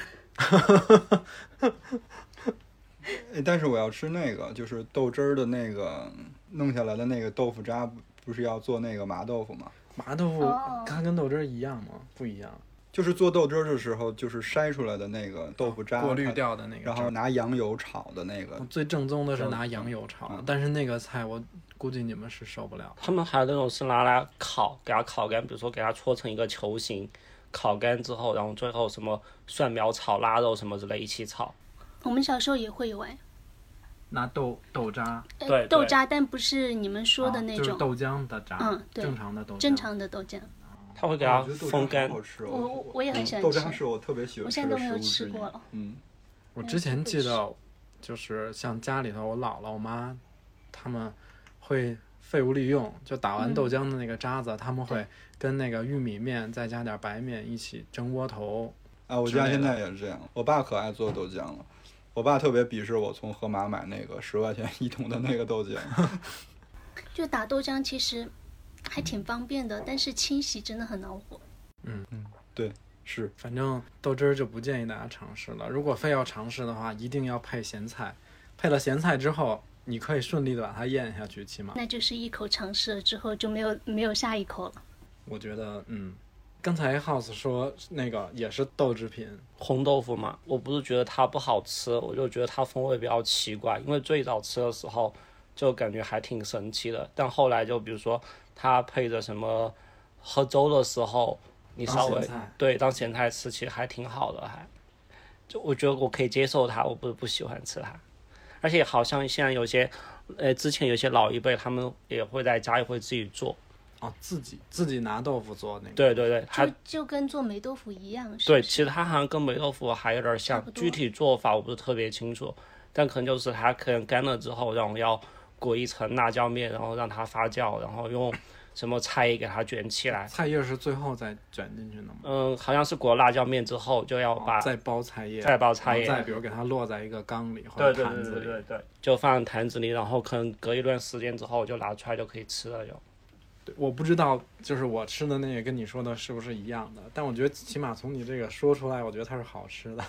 Speaker 3: 哎，但是我要吃那个，就是豆汁儿的那个弄下来的那个豆腐渣，不不是要做那个麻豆腐吗？
Speaker 1: 麻豆腐
Speaker 4: 哦
Speaker 1: 它跟豆汁儿一样吗？不一样，
Speaker 3: 就是做豆汁儿的时候，就是筛出来的那个豆腐渣，
Speaker 1: 过滤
Speaker 3: 啊它，
Speaker 1: 掉的那个汁儿。嗯
Speaker 3: 然后拿羊油炒的那个。
Speaker 1: 最正宗的是拿羊油炒
Speaker 3: 嗯
Speaker 1: 的，但是那个菜我估计你们是受不了。
Speaker 2: 他们还有那种是拿来烤，给它烤干，比如说给它搓成一个球形，烤干之后，然后最后什么蒜苗炒腊肉什么之类一起炒。”。
Speaker 4: 我们小时候也会有哎，
Speaker 1: 拿豆豆渣，
Speaker 4: 呃
Speaker 2: 对对
Speaker 4: 豆渣，但不是你们说的
Speaker 1: 啊
Speaker 4: 那
Speaker 1: 就是
Speaker 4: 种、
Speaker 1: 豆浆的渣，
Speaker 4: 嗯对
Speaker 1: 正常的豆浆，
Speaker 4: 正常的豆浆。
Speaker 2: 他会给
Speaker 3: 我
Speaker 2: 它
Speaker 3: 哦觉得豆
Speaker 2: 风
Speaker 3: 渣
Speaker 2: 干
Speaker 3: 好，好吃
Speaker 4: 我
Speaker 3: 哦。
Speaker 4: 我我也很
Speaker 1: 嗯
Speaker 4: 喜欢
Speaker 3: 豆
Speaker 4: 吃，
Speaker 3: 渣是我特别喜欢
Speaker 4: 我
Speaker 3: 吃
Speaker 4: 现在
Speaker 3: 的
Speaker 4: 都没
Speaker 3: 食
Speaker 4: 有
Speaker 3: 物
Speaker 4: 吃
Speaker 3: 之一
Speaker 4: 过了。
Speaker 3: 嗯，
Speaker 1: 我之前记得，就是像家里头我姥姥、我妈，他们会废物利用，就打完豆浆的那个渣子，他们会跟那个玉米面再加点白面一起蒸窝头。
Speaker 3: 啊，我
Speaker 1: 之
Speaker 3: 家
Speaker 1: 类
Speaker 3: 现
Speaker 1: 的
Speaker 3: 在也是这样。我爸可爱做豆浆了，我爸特别鄙视我从盒马买那个十块钱一桶的那个豆浆。
Speaker 4: 就打豆浆其实还挺方便的，但是清洗真的很恼火。
Speaker 3: 是，
Speaker 1: 反正豆汁儿就不建议大家尝试了。如果非要尝试的话，一定要配咸菜。配了咸菜之后，你可以顺利的把它咽下去，起码
Speaker 4: 那就是一口尝试了之后就没有没有下一口了。
Speaker 1: 我觉得，嗯。刚才 House 说那个也是豆制品，
Speaker 2: 红豆腐嘛，我不是觉得它不好吃，我就觉得它风味比较奇怪。因为最早吃的时候就感觉还挺神奇的，但后来就比如说它配着什么喝粥的时候，你
Speaker 1: 当
Speaker 2: 稍
Speaker 1: 咸
Speaker 2: 微
Speaker 1: 菜
Speaker 2: 对当咸菜吃，其实还挺好的，还就我觉得我可以接受它，我不是不喜欢吃它。而且好像现在有些，呃，之前有些老一辈他们也会在家里会自己做，
Speaker 1: 哦，自己自己拿豆腐做那个，
Speaker 2: 对对对，他
Speaker 4: 就就跟做霉豆腐一样，是
Speaker 2: 对，
Speaker 4: 不
Speaker 2: 其实它好像跟霉豆腐还有点
Speaker 4: 差
Speaker 2: 像
Speaker 4: 不，多
Speaker 2: 具体做法我不是特别清楚，但可能就是它可能干了之后，然后要裹一层辣椒面，然后让它发酵，然后用什么菜叶给它卷起来。
Speaker 1: 菜叶是最后再卷进去的吗？
Speaker 2: 嗯，好像是裹辣椒面之后就要把
Speaker 1: 哦再包菜叶，
Speaker 2: 再包菜叶
Speaker 1: 然后再比如给它落在一个缸里或
Speaker 2: 对
Speaker 1: 者
Speaker 2: 对
Speaker 1: 坛
Speaker 2: 对
Speaker 1: 子
Speaker 2: 对
Speaker 1: 里。
Speaker 2: 对对，就放坛子里，然后可能隔一段时间之后就拿出来就可以吃了就。
Speaker 1: 对我不知道，就是我吃的那个跟你说的是不是一样的，但我觉得起码从你这个说出来，我觉得它是好吃的。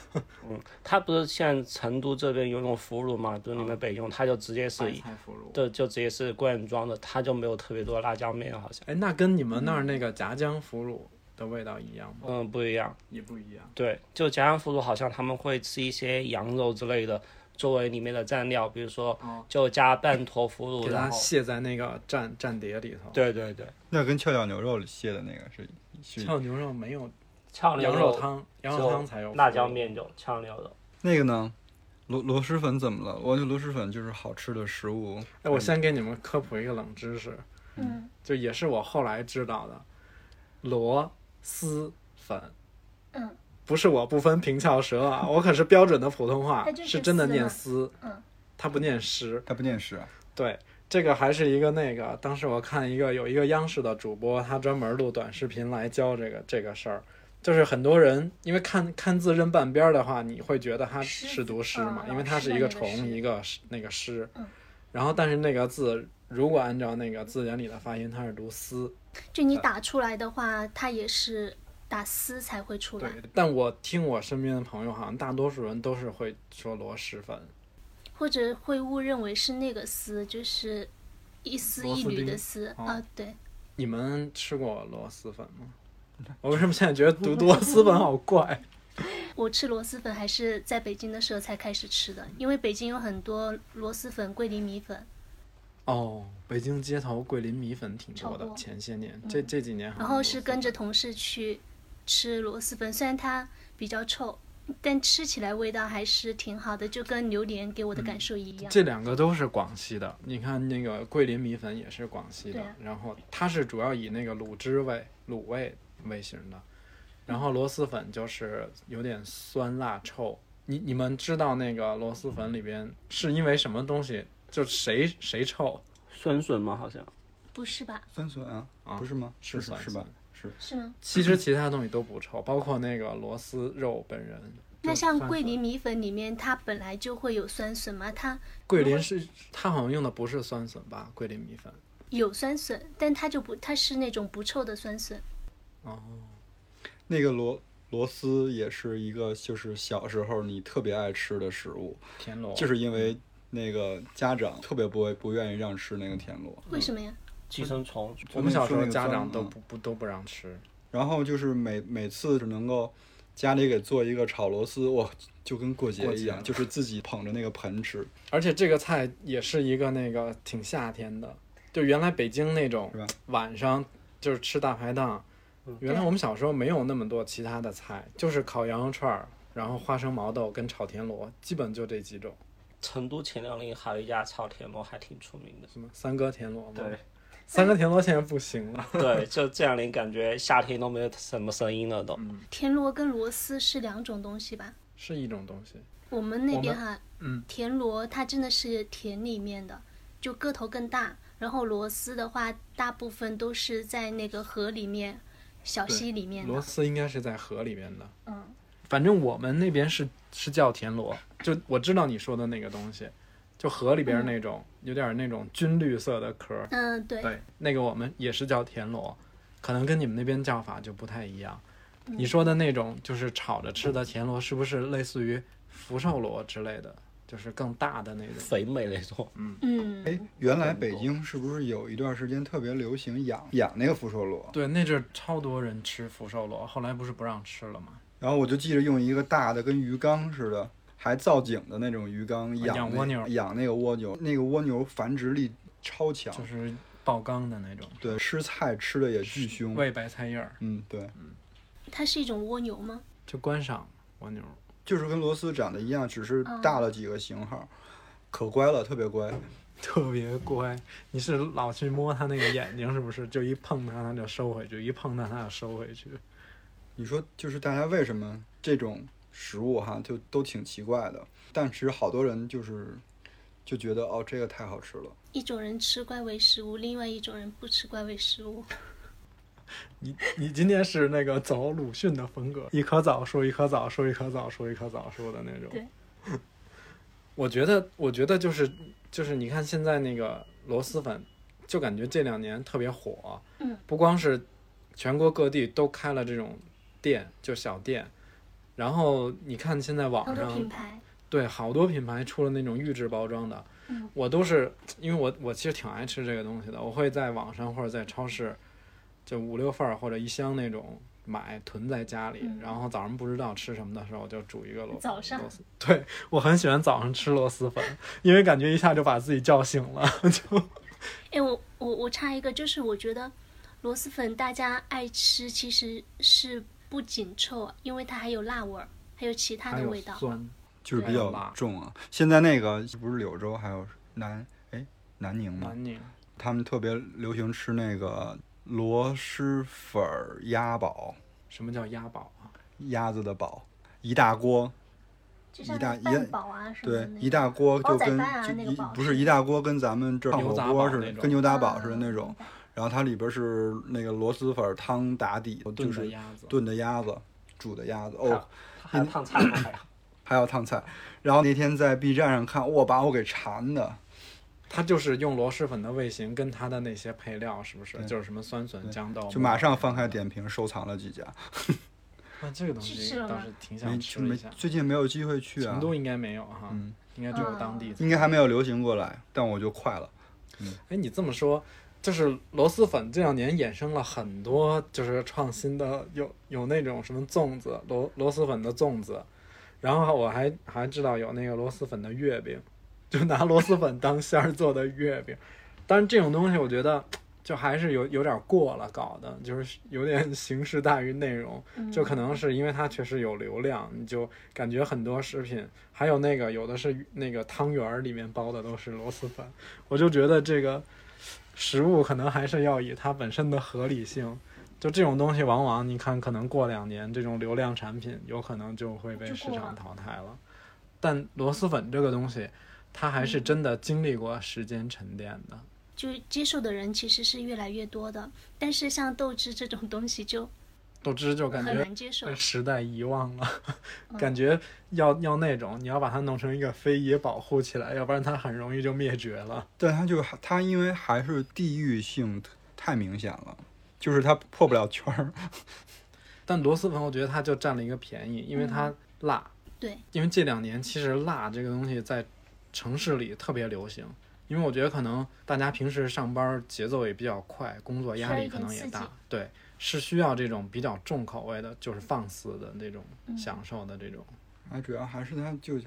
Speaker 2: 它不是像成都这边有那种腐乳嘛，就是你们北用，它就直接是
Speaker 1: 白
Speaker 2: 一，
Speaker 1: 菜腐乳，
Speaker 2: 对，就直接是罐装的，它就没有特别多辣椒面好像。
Speaker 1: 哎，那跟你们那儿那个夹江腐乳的味道一样吗？
Speaker 2: 嗯，不一样。
Speaker 1: 也不一样。
Speaker 2: 对，就家乡腐乳好像他们会吃一些羊肉之类的作为里面的蘸料，比如说
Speaker 1: 哦
Speaker 2: 就加半坨腐乳，
Speaker 1: 给它
Speaker 2: 然后
Speaker 1: 卸在那个蘸蘸碟里头。，
Speaker 2: 对对对，
Speaker 3: 那跟跷脚牛肉里卸的那个是是
Speaker 1: 翘牛肉没有
Speaker 2: 炝牛
Speaker 1: 羊肉汤，羊肉汤才有
Speaker 2: 辣
Speaker 1: 腐乳
Speaker 2: 椒。面就炝牛肉。
Speaker 3: 那个呢？螺螺蛳粉怎么了？我觉得螺蛳粉就是好吃的食物。
Speaker 1: 哎，
Speaker 2: 嗯
Speaker 1: 我先给你们科普一个冷知识，
Speaker 4: 嗯，
Speaker 1: 就也是我后来知道的，螺蛳粉。
Speaker 4: 嗯，
Speaker 1: 不是我不分平翘舌啊，我可是标准的普通话
Speaker 4: 它就，是
Speaker 1: 真的
Speaker 4: 丝
Speaker 1: 念
Speaker 4: 嘛
Speaker 1: 丝，
Speaker 4: 嗯，
Speaker 1: 它不念诗。
Speaker 3: 它不念诗啊，
Speaker 1: 对，这个还是一个那个，当时我看一个有一个央视的主播，他专门录短视频来教这个这个事儿。就是很多人因为看看字认半边儿的话，你会觉得它
Speaker 7: 狮
Speaker 1: 是
Speaker 7: 子
Speaker 1: 读诗嘛
Speaker 7: 哦，
Speaker 1: 因为
Speaker 7: 老
Speaker 1: 它
Speaker 7: 师
Speaker 1: 是
Speaker 7: 的
Speaker 1: 一个
Speaker 7: 那个
Speaker 1: 虫
Speaker 7: 狮
Speaker 1: 一个是那个诗
Speaker 4: 嗯，
Speaker 1: 然后但是那个字如果按照那个字典里的发音，它是读丝。
Speaker 4: 就
Speaker 1: 啊
Speaker 4: 你打出来的话，它也是打丝才会出
Speaker 1: 对
Speaker 4: 来。，
Speaker 1: 但我听我身边的朋友，好像大多数人都是会说螺蛳粉。
Speaker 4: 或者会误认为是那个丝，就是一丝
Speaker 1: 螺
Speaker 4: 一
Speaker 1: 丝
Speaker 4: 缕
Speaker 1: 钉
Speaker 4: 的丝
Speaker 1: 哦
Speaker 4: 啊，对，
Speaker 1: 你们吃过螺蛳粉吗？我为什么现在觉得读螺蛳粉好怪？
Speaker 4: 我吃螺蛳粉还是在北京的时候才开始吃的，因为北京有很多螺蛳粉、桂林米粉，
Speaker 1: 哦，北京街头桂林米粉挺多
Speaker 4: 超
Speaker 1: 的，
Speaker 4: 多嗯
Speaker 1: 前些年这这几年好像
Speaker 4: 然
Speaker 1: 螺
Speaker 4: 后
Speaker 1: 蛳
Speaker 4: 是
Speaker 1: 粉
Speaker 4: 跟着同事去吃螺蛳粉，虽然它比较臭，但吃起来味道还是挺好的，就跟榴莲给我的感受一样。
Speaker 1: 这两个都是广西的，你看那个桂林米粉也是广西的
Speaker 4: 对啊，
Speaker 1: 然后它是主要以那个卤汁味、卤味为型的，然后螺蛳粉就是有点酸辣臭。你你们知道那个螺蛳粉里边是因为什么东西？就谁 谁臭？
Speaker 5: 酸笋吗？好像
Speaker 4: 不是吧？
Speaker 3: 酸笋啊，
Speaker 1: 啊
Speaker 3: 不是吗？
Speaker 1: 是
Speaker 3: 是
Speaker 1: 酸
Speaker 3: 是吧
Speaker 1: 笋？
Speaker 3: 是
Speaker 4: 是吗？
Speaker 1: 其实其他东西都不臭，包括那个螺蛳肉本人。
Speaker 4: 那
Speaker 1: 就
Speaker 4: 像
Speaker 1: 酸
Speaker 4: 桂
Speaker 1: 笋
Speaker 4: 林米粉里面，它本来就会有酸笋嘛，它
Speaker 1: 桂林是它好像用的不是酸笋吧？桂林米粉。
Speaker 4: 有酸笋，但它就不，它是那种不臭的酸笋。
Speaker 1: 哦，
Speaker 3: 那个螺螺丝也是一个，就是小时候你特别爱吃的食物，
Speaker 1: 田螺
Speaker 3: 就是因为那个家长特别不会不愿意让吃那个田螺。
Speaker 4: 为
Speaker 1: 嗯
Speaker 4: 什么呀？
Speaker 2: 寄生虫。
Speaker 1: 我们小时
Speaker 3: 说
Speaker 1: 候
Speaker 3: 那个
Speaker 1: 家
Speaker 3: 酸
Speaker 1: 长都
Speaker 3: 嗯
Speaker 1: 不不都不让吃。
Speaker 3: 然后就是每每次只能够家里给做一个炒螺丝，哇，就跟过节
Speaker 1: 过
Speaker 3: 一
Speaker 1: 节
Speaker 3: 样，
Speaker 1: 了
Speaker 3: 就是自己捧着那个盆 吃，
Speaker 1: 而且这个菜也是一个那个挺夏天的，就原来北京那种
Speaker 3: 是吧嗯
Speaker 1: 晚上就是吃大排档，原来我们小时候没有那么多其他的菜，就是烤羊肉串儿，然后花生毛豆跟炒田螺，基本就这几种。
Speaker 2: 成都前两年还有一家炒田螺还挺出 名的。
Speaker 1: 什么三哥田螺吗？
Speaker 2: 对，
Speaker 1: 三哥田螺现在不行了。
Speaker 2: 对，就这两年感觉夏天都没有什么声音了都。
Speaker 4: 田螺跟螺丝是两种东西吧？
Speaker 1: 是一种东西，
Speaker 4: 我们那边哈，
Speaker 1: 嗯，
Speaker 4: 田螺它真的是田里面的，就个头更大。然后螺丝的话，大部分都是在那个河里面、小溪里面
Speaker 1: 螺
Speaker 4: 的。
Speaker 1: 丝应该是在河里面的。
Speaker 4: 嗯，
Speaker 1: 反正我们那边是是叫田螺，就我知道你说的那个东西，就河里边那种、有点那种军绿色的壳儿，
Speaker 4: 嗯，对，
Speaker 1: 对，那个我们也是叫田螺，可能跟你们那边叫法就不太一样。
Speaker 4: 嗯
Speaker 1: 你说的那种就是炒着吃的田螺，是不是类似于福寿螺之类的，就是更大的那种？
Speaker 2: 肥美那种，
Speaker 4: 嗯，
Speaker 3: 哎，原来
Speaker 1: 哦
Speaker 3: 北京是不是有一段时间特别流行养养那个福寿螺？
Speaker 1: 对，那阵儿超多人吃福寿螺，后来不是不让吃了吗？
Speaker 3: 然后我就记着用一个大的跟鱼缸似的，还造景的那种鱼缸养
Speaker 1: 啊养
Speaker 3: 那
Speaker 1: 蜗牛
Speaker 3: 养那个蜗牛，那个蜗牛繁殖力超强，
Speaker 1: 就是爆缸的那种，
Speaker 3: 对，吃菜吃的也巨
Speaker 1: 嗯
Speaker 3: 凶。
Speaker 1: 喂白菜叶儿，
Speaker 3: 嗯，对，
Speaker 4: 它是一种蜗牛吗？
Speaker 1: 就观赏蜗牛。
Speaker 3: 就是跟螺丝长得一样，只是大了几个型号，可乖了，特别乖。
Speaker 1: 特别乖。你是老去摸它那个眼睛，是不是？就一碰它，它就收回去；一碰它，它就收回去。
Speaker 3: 你说，就是大家为什么这种食物哈，就都挺奇怪的，但其实好多人就是就觉得哦，这个太好吃了。
Speaker 4: 一种人吃怪味食物，另外一种人不吃怪味食物。
Speaker 1: 你你今天是那个走鲁迅的风格，一棵枣树，一棵枣树，一棵枣树，一棵枣树的那种。
Speaker 4: 对。
Speaker 1: 我觉得，我觉得就是就是，你看现在那个螺蛳粉，就感觉这两年特别火。
Speaker 4: 嗯。
Speaker 1: 不光是全国各地都开了这种店，就小店。然后你看现在网
Speaker 4: 很多
Speaker 1: 上
Speaker 4: 品牌，
Speaker 1: 对，好多品牌出了那种预制包装的，
Speaker 4: 嗯
Speaker 1: 我都是因为我我其实挺爱吃这个东西的，我会在网上或者在超市，就五六份儿或者一箱那种买囤在家里，
Speaker 4: 嗯
Speaker 1: 然后早上不知道吃什么的时候就煮一个螺
Speaker 7: 早上
Speaker 1: 螺丝对我很喜欢早上吃螺蛳粉，因为感觉一下就把自己叫醒了，就
Speaker 4: 哎，我我我插一个，就是我觉得螺蛳粉大家爱吃，其实是不仅臭，因为它还有辣味儿，还有其他
Speaker 1: 还
Speaker 4: 的
Speaker 1: 有
Speaker 4: 味道。
Speaker 1: 酸，
Speaker 3: 就是比
Speaker 1: 对
Speaker 3: 较重啊。现在那个不是柳州，还有南哎南宁吗？
Speaker 1: 南宁
Speaker 3: 他们特别流行吃那个螺蛳粉儿鸭煲，
Speaker 1: 什么叫鸭宝啊？
Speaker 3: 鸭子的煲，一大锅，
Speaker 4: 就像
Speaker 3: 一大
Speaker 4: 那个
Speaker 3: 一
Speaker 4: 饭堡啊什么的
Speaker 3: 对
Speaker 4: 那，
Speaker 3: 一
Speaker 4: 种
Speaker 3: 大锅
Speaker 4: 煲
Speaker 3: 就
Speaker 4: 仔
Speaker 3: 跟、
Speaker 4: 饭啊
Speaker 3: 就
Speaker 4: 那个
Speaker 3: 一
Speaker 4: 煲
Speaker 3: 不
Speaker 4: 是
Speaker 3: 是一大锅跟咱们这儿
Speaker 1: 牛
Speaker 3: 火
Speaker 1: 杂
Speaker 3: 锅
Speaker 1: 煲
Speaker 3: 似的
Speaker 1: 那，种
Speaker 3: 跟牛杂
Speaker 4: 嗯
Speaker 3: 煲似的那种。然后它里边是那个螺蛳粉儿汤打底，
Speaker 1: 炖
Speaker 3: 就
Speaker 1: 的
Speaker 3: 是
Speaker 1: 鸭子，
Speaker 3: 炖的鸭子，煮的鸭子哦，
Speaker 2: 还有烫菜吗？还
Speaker 3: 还要烫菜。然后那天在 B 站上看，哇，把我给馋的。
Speaker 1: 它就是用螺蛳粉的味型跟它的那些配料，是不是
Speaker 3: 对
Speaker 1: 就是什么酸笋、豇豆？
Speaker 3: 就马上翻开。点评，收藏了几家。
Speaker 1: 那这个东
Speaker 4: 去
Speaker 1: 西
Speaker 4: 吃了
Speaker 1: 倒
Speaker 4: 吗
Speaker 1: 是挺
Speaker 3: 没
Speaker 1: 想吃
Speaker 3: 没
Speaker 1: 一下，。
Speaker 3: 最近没有机会去啊
Speaker 1: 成，都应该没有哈，
Speaker 3: 嗯
Speaker 1: 应该只有当
Speaker 4: 哦
Speaker 1: 地才有。
Speaker 3: 应该还没有流行过来，但我就快了。
Speaker 1: 哎，你这么说，就是螺蛳粉这两年衍生了很多就是创新的，有有那种什么粽子，螺螺蛳粉的粽子，然后我还还知道有那个螺蛳粉的月饼，就拿螺蛳粉当馅儿做的月饼，但是这种东西我觉得。就还是有有点过了，搞的就是有点形式大于内容，就可能是因为它确实有流量，你就感觉很多食品，还有那个有的是那个汤圆儿里面包的都是螺蛳粉，我就觉得这个食物可能还是要以它本身的合理性，就这种东西，往往你看，可能过两年，这种流量产品有可能就会被
Speaker 4: 就
Speaker 1: 市
Speaker 4: 过
Speaker 1: 场
Speaker 4: 了
Speaker 1: 淘汰了。但螺蛳粉这个东西，它还
Speaker 4: 嗯
Speaker 1: 是真的经历过时间沉淀的。
Speaker 4: 就是接受的人其实是越来越多的，但是像豆汁这种东西就
Speaker 1: 豆汁就感
Speaker 4: 很
Speaker 1: 觉
Speaker 4: 难接受嗯
Speaker 1: 被。时代遗忘了， 感觉要要那种，你要把它弄成一个非遗保护起来，要不然它很容易就灭绝了。
Speaker 3: 但它就它因为还是地域性太明显了，就是它破不了圈儿。
Speaker 1: 但螺蛳粉，我觉得它就占了一个便宜，因为它辣。
Speaker 4: 嗯对，
Speaker 1: 因为这两年其实辣这个东西在城市里特别流行，因为我觉得可能大家平时上班节奏也比较快，工作压力可能也
Speaker 4: 需要一点刺
Speaker 1: 大
Speaker 4: 激，
Speaker 1: 对，是需要这种比较重口味的，就是放肆的那种
Speaker 4: 嗯
Speaker 1: 享受的这种，
Speaker 3: 啊，主要还是它就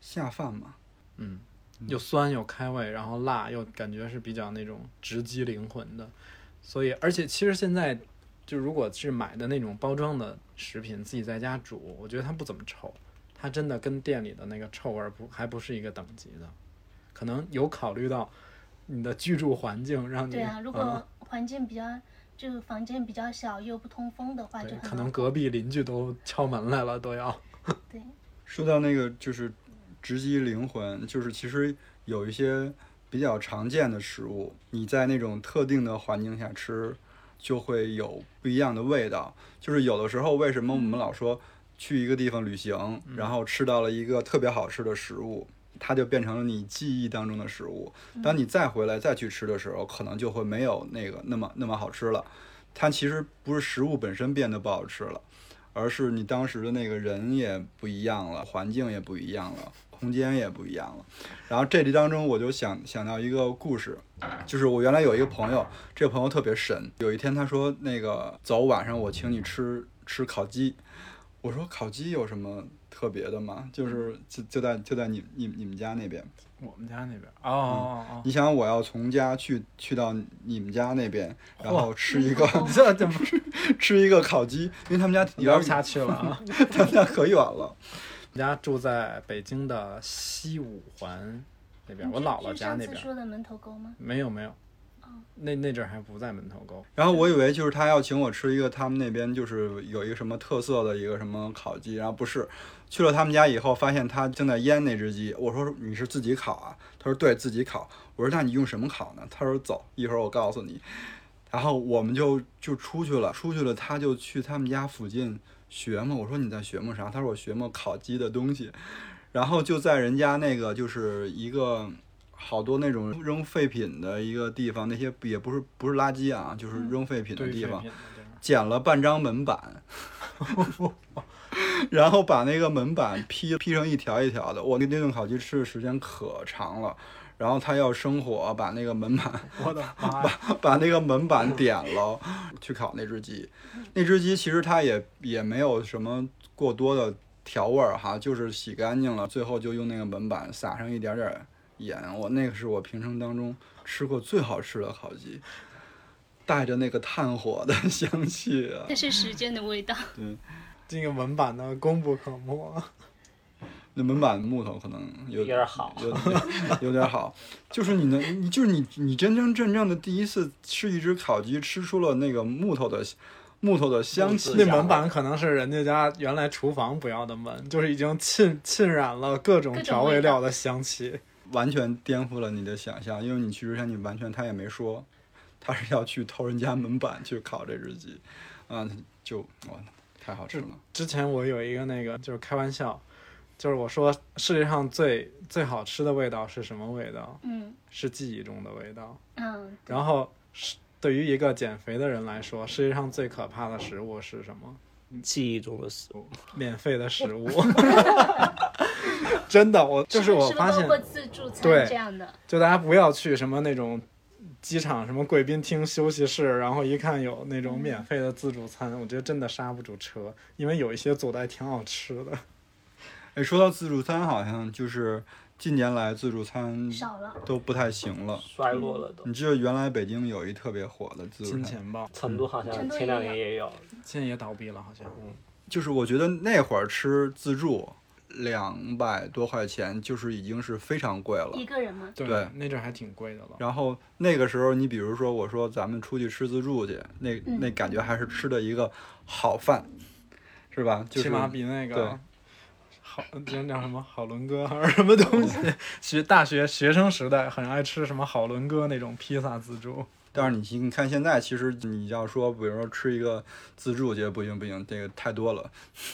Speaker 3: 下饭嘛。
Speaker 1: 嗯，又酸又开胃，然后辣又感觉是比较那种直击灵魂的，所以而且其实现在就如果是买的那种包装的食品，自己在家煮，我觉得它不怎么臭，它真的跟店里的那个臭味儿不还不是一个等级的，可能有考虑到你的居住环境，让你
Speaker 4: 对啊，如
Speaker 1: 嗯
Speaker 4: 果环境比较就是房间比较小又不通风的话，就
Speaker 1: 对
Speaker 4: 很
Speaker 1: 可能隔壁邻居都敲门来了都要。
Speaker 4: 对
Speaker 3: 说到那个就是直击灵魂，就是其实有一些比较常见的食物，你在那种特定的环境下吃，就会有不一样的味道。就是有的时候为什么我们老说去一个地方旅行，然后吃到了一个特别好吃的食物。它就变成了你记忆当中的食物。当你再回来再去吃的时候，可能就会没有那个那么那么好吃了。它其实不是食物本身变得不好吃了，而是你当时的那个人也不一样了，环境也不一样了，空间也不一样了。然后这里当中，我就想想到一个故事，就是我原来有一个朋友，这个朋友特别神。有一天他说，那个走，晚上我请你吃吃烤鸡。我说烤鸡有什么特别的吗？就是就就在就在你你你们家那边。
Speaker 1: 我们家那边哦哦哦，
Speaker 3: 你想我要从家去去到你们家那边，然后吃一个、
Speaker 1: 这怎么
Speaker 3: 吃一个烤鸡，因为他们家
Speaker 1: 聊
Speaker 3: 遥
Speaker 1: 不下去了啊？
Speaker 3: 他们家可远了。
Speaker 1: 我家住在北京的西五环那边，我姥姥家那
Speaker 4: 就上次
Speaker 1: 边。
Speaker 4: 说哦的门头沟吗？
Speaker 1: 没有没有，那那阵儿还不在门头沟。
Speaker 3: 然后我以为就是他要请我吃一个他们那边就是有一个什么特色的一个什么烤鸡，然后不是，去了他们家以后发现他正在腌那只鸡。我说你是自己烤啊？他说对自己烤。我说那你用什么烤呢？他说走，一会儿我告诉你。然后我们就就出去了，出去了他就去他们家附近学嘛。我说你在学嘛啥？他说我学嘛烤鸡的东西。然后就在人家那个就是一个好多那种扔废品的一个地方，那些也不是不是垃圾啊，就是扔废品
Speaker 1: 嗯
Speaker 3: 的
Speaker 1: 对
Speaker 3: 地
Speaker 1: 废
Speaker 3: 方，
Speaker 1: 品那地儿
Speaker 3: 捡了半张门板， 然后把那个门板劈劈成一条一条的。我那那顿烤鸡吃的时间可长了，然后他要生火把那个门板
Speaker 1: 我的妈呀！
Speaker 3: 把那个门板点了，去烤那只鸡。那只鸡其实它也也没有什么过多的调味儿哈，就是洗干净了，最后就用那个门板撒上一点点儿盐。我那个是我平生当中吃过最好吃的烤鸡，带着那个炭火的香气啊。
Speaker 4: 这是时间的味道。
Speaker 1: 这个门板呢，功不可没。
Speaker 3: 那门板木头可能有
Speaker 2: 有点好
Speaker 3: 有 有点好，就是你能，你就是你，你真真正正的第一次吃一只烤鸡，吃出了那个木头的木头的香气
Speaker 2: 自。
Speaker 1: 那
Speaker 2: 家
Speaker 1: 门板可能是人家家原来厨房不要的门，就是已经浸浸染了各种
Speaker 4: 各种
Speaker 1: 调
Speaker 4: 味
Speaker 1: 味
Speaker 4: 道
Speaker 1: 料的香气。
Speaker 3: 完全颠覆了你的想象，因为你去之前你完全他也没说，他是要去偷人家门板去烤这只鸡，啊，就哇，太好吃了。
Speaker 1: 之前我有一个那个就是开玩笑，就是我说世界上最最好吃的味道是什么味道？
Speaker 4: 嗯
Speaker 1: 是记忆中的味道。
Speaker 4: 嗯，
Speaker 1: 然后是对于一个减肥的人来说，世界上最可怕的食物是什么？
Speaker 2: 记忆中的食物。
Speaker 1: 免费的食 物。真的，我就是我
Speaker 4: 是不
Speaker 1: 发
Speaker 4: 是
Speaker 1: 现
Speaker 4: 包，括自助餐
Speaker 1: 对
Speaker 4: 这样的，
Speaker 1: 就大家不要去什么那种机场什么贵宾厅休息室，然后一看有那种免费的自助餐，我觉得真的刹不住车，因为有一些做的还挺好吃的。
Speaker 3: 哎，说到自助餐，好像就是近年来自助
Speaker 1: 嗯
Speaker 3: 餐
Speaker 4: 少了。
Speaker 3: 都不太行了。
Speaker 2: 衰落了都。
Speaker 3: 你记得原来北京有一特别火的自助
Speaker 1: 金
Speaker 3: 餐，
Speaker 1: 钱豹
Speaker 2: 成都好像前两年也有，
Speaker 1: 现在也倒闭了，好像。
Speaker 3: 就是我觉得那会儿吃自助两百多块钱，就是已经是非常贵了
Speaker 4: 一。个人吗？
Speaker 1: 对，
Speaker 3: 对
Speaker 1: 那阵儿还挺贵的了。
Speaker 3: 然后那个时候，你比如说我说咱们出去吃自助去，那
Speaker 4: 嗯
Speaker 3: 那感觉还是吃的一个好饭，是吧？就
Speaker 1: 起
Speaker 3: 是
Speaker 1: 码比那
Speaker 3: 对
Speaker 1: 个好，叫叫什么好伦哥还是什么东 西？学大学学生时代很爱吃什么好伦哥那种披萨自助。
Speaker 3: 但是你你看现在，其实你要说，比如说吃一个自助，觉得不行不行，这个太多了，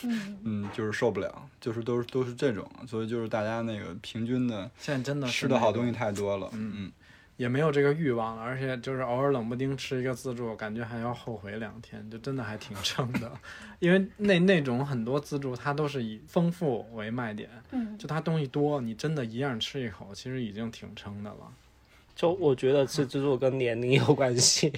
Speaker 4: 嗯，
Speaker 3: 嗯，就是受不了，就是都是都是这种，所以就是大家那个平均的
Speaker 1: 现在真的是
Speaker 3: 吃的好东西
Speaker 1: 那种
Speaker 3: 太多了，嗯嗯，
Speaker 1: 也没有这个欲望了，而且就是偶尔冷不丁吃一个自助，感觉还要后悔两天，就真的还挺撑的。 因为那那种很多自助它都是以丰富为卖点，
Speaker 4: 嗯，
Speaker 1: 就它东西多，你真的一样吃一口，其实已经挺撑的了。
Speaker 2: 就我觉得吃自助跟年龄有关系。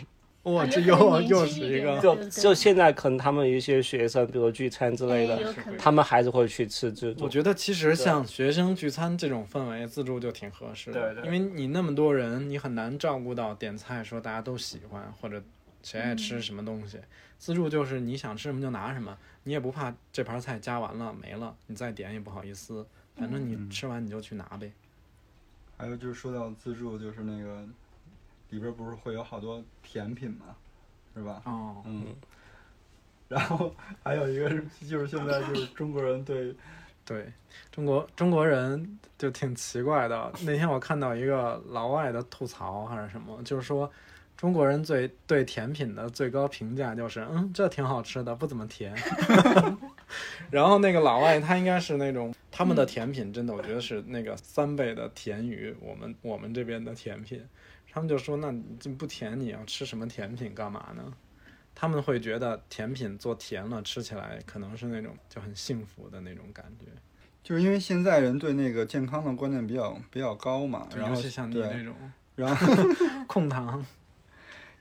Speaker 1: 哇，
Speaker 4: 感
Speaker 1: 这
Speaker 4: 觉
Speaker 1: 又
Speaker 4: 很年轻
Speaker 1: 又是
Speaker 4: 一
Speaker 1: 一
Speaker 4: 点
Speaker 1: 个
Speaker 2: 就
Speaker 4: 对对
Speaker 2: 就现在可能他们有一些学生，比如聚餐之类
Speaker 4: 哎
Speaker 2: 的，
Speaker 4: 有可能。
Speaker 2: 他们还是会去吃自助
Speaker 1: 我。觉得其实像学生聚餐这种氛围，自助就挺合适的，
Speaker 2: 对对
Speaker 1: 因为你那么多人，你很难照顾到点菜说大家都喜欢或者谁爱
Speaker 2: 嗯
Speaker 1: 吃什么东西。自助就是你想吃什么就拿什么，你也不怕这盘菜加完了没了，你再点也不好意思，反正
Speaker 2: 嗯
Speaker 1: 你吃完你就去拿呗。
Speaker 3: 还有就是说到自助，就是那个里边不是会有好多甜品嘛，是吧？
Speaker 1: 哦，
Speaker 3: 嗯，然后还有一个是就是现在就是中国人对
Speaker 1: 对中国中国人就挺奇怪的。那天我看到一个老外的吐槽还是什么，就是说中国人最对甜品的最高评价就是，嗯，这挺好吃的，不怎么甜。 然后那个老外他应该是那种他们的甜品真的，我觉得是那个三倍的甜于我们我们这边的甜品。他们就说，那你这不甜，你要吃什么甜品干嘛呢？他们会觉得甜品做甜了，吃起来可能是那种就很幸福的那种感觉。
Speaker 3: 就是因为现在人对那个健康的观念比较比较高嘛，
Speaker 1: 对
Speaker 3: 然
Speaker 1: 尤
Speaker 3: 后
Speaker 1: 其像你那
Speaker 3: 对，
Speaker 1: 种
Speaker 3: 然后。
Speaker 1: 控糖，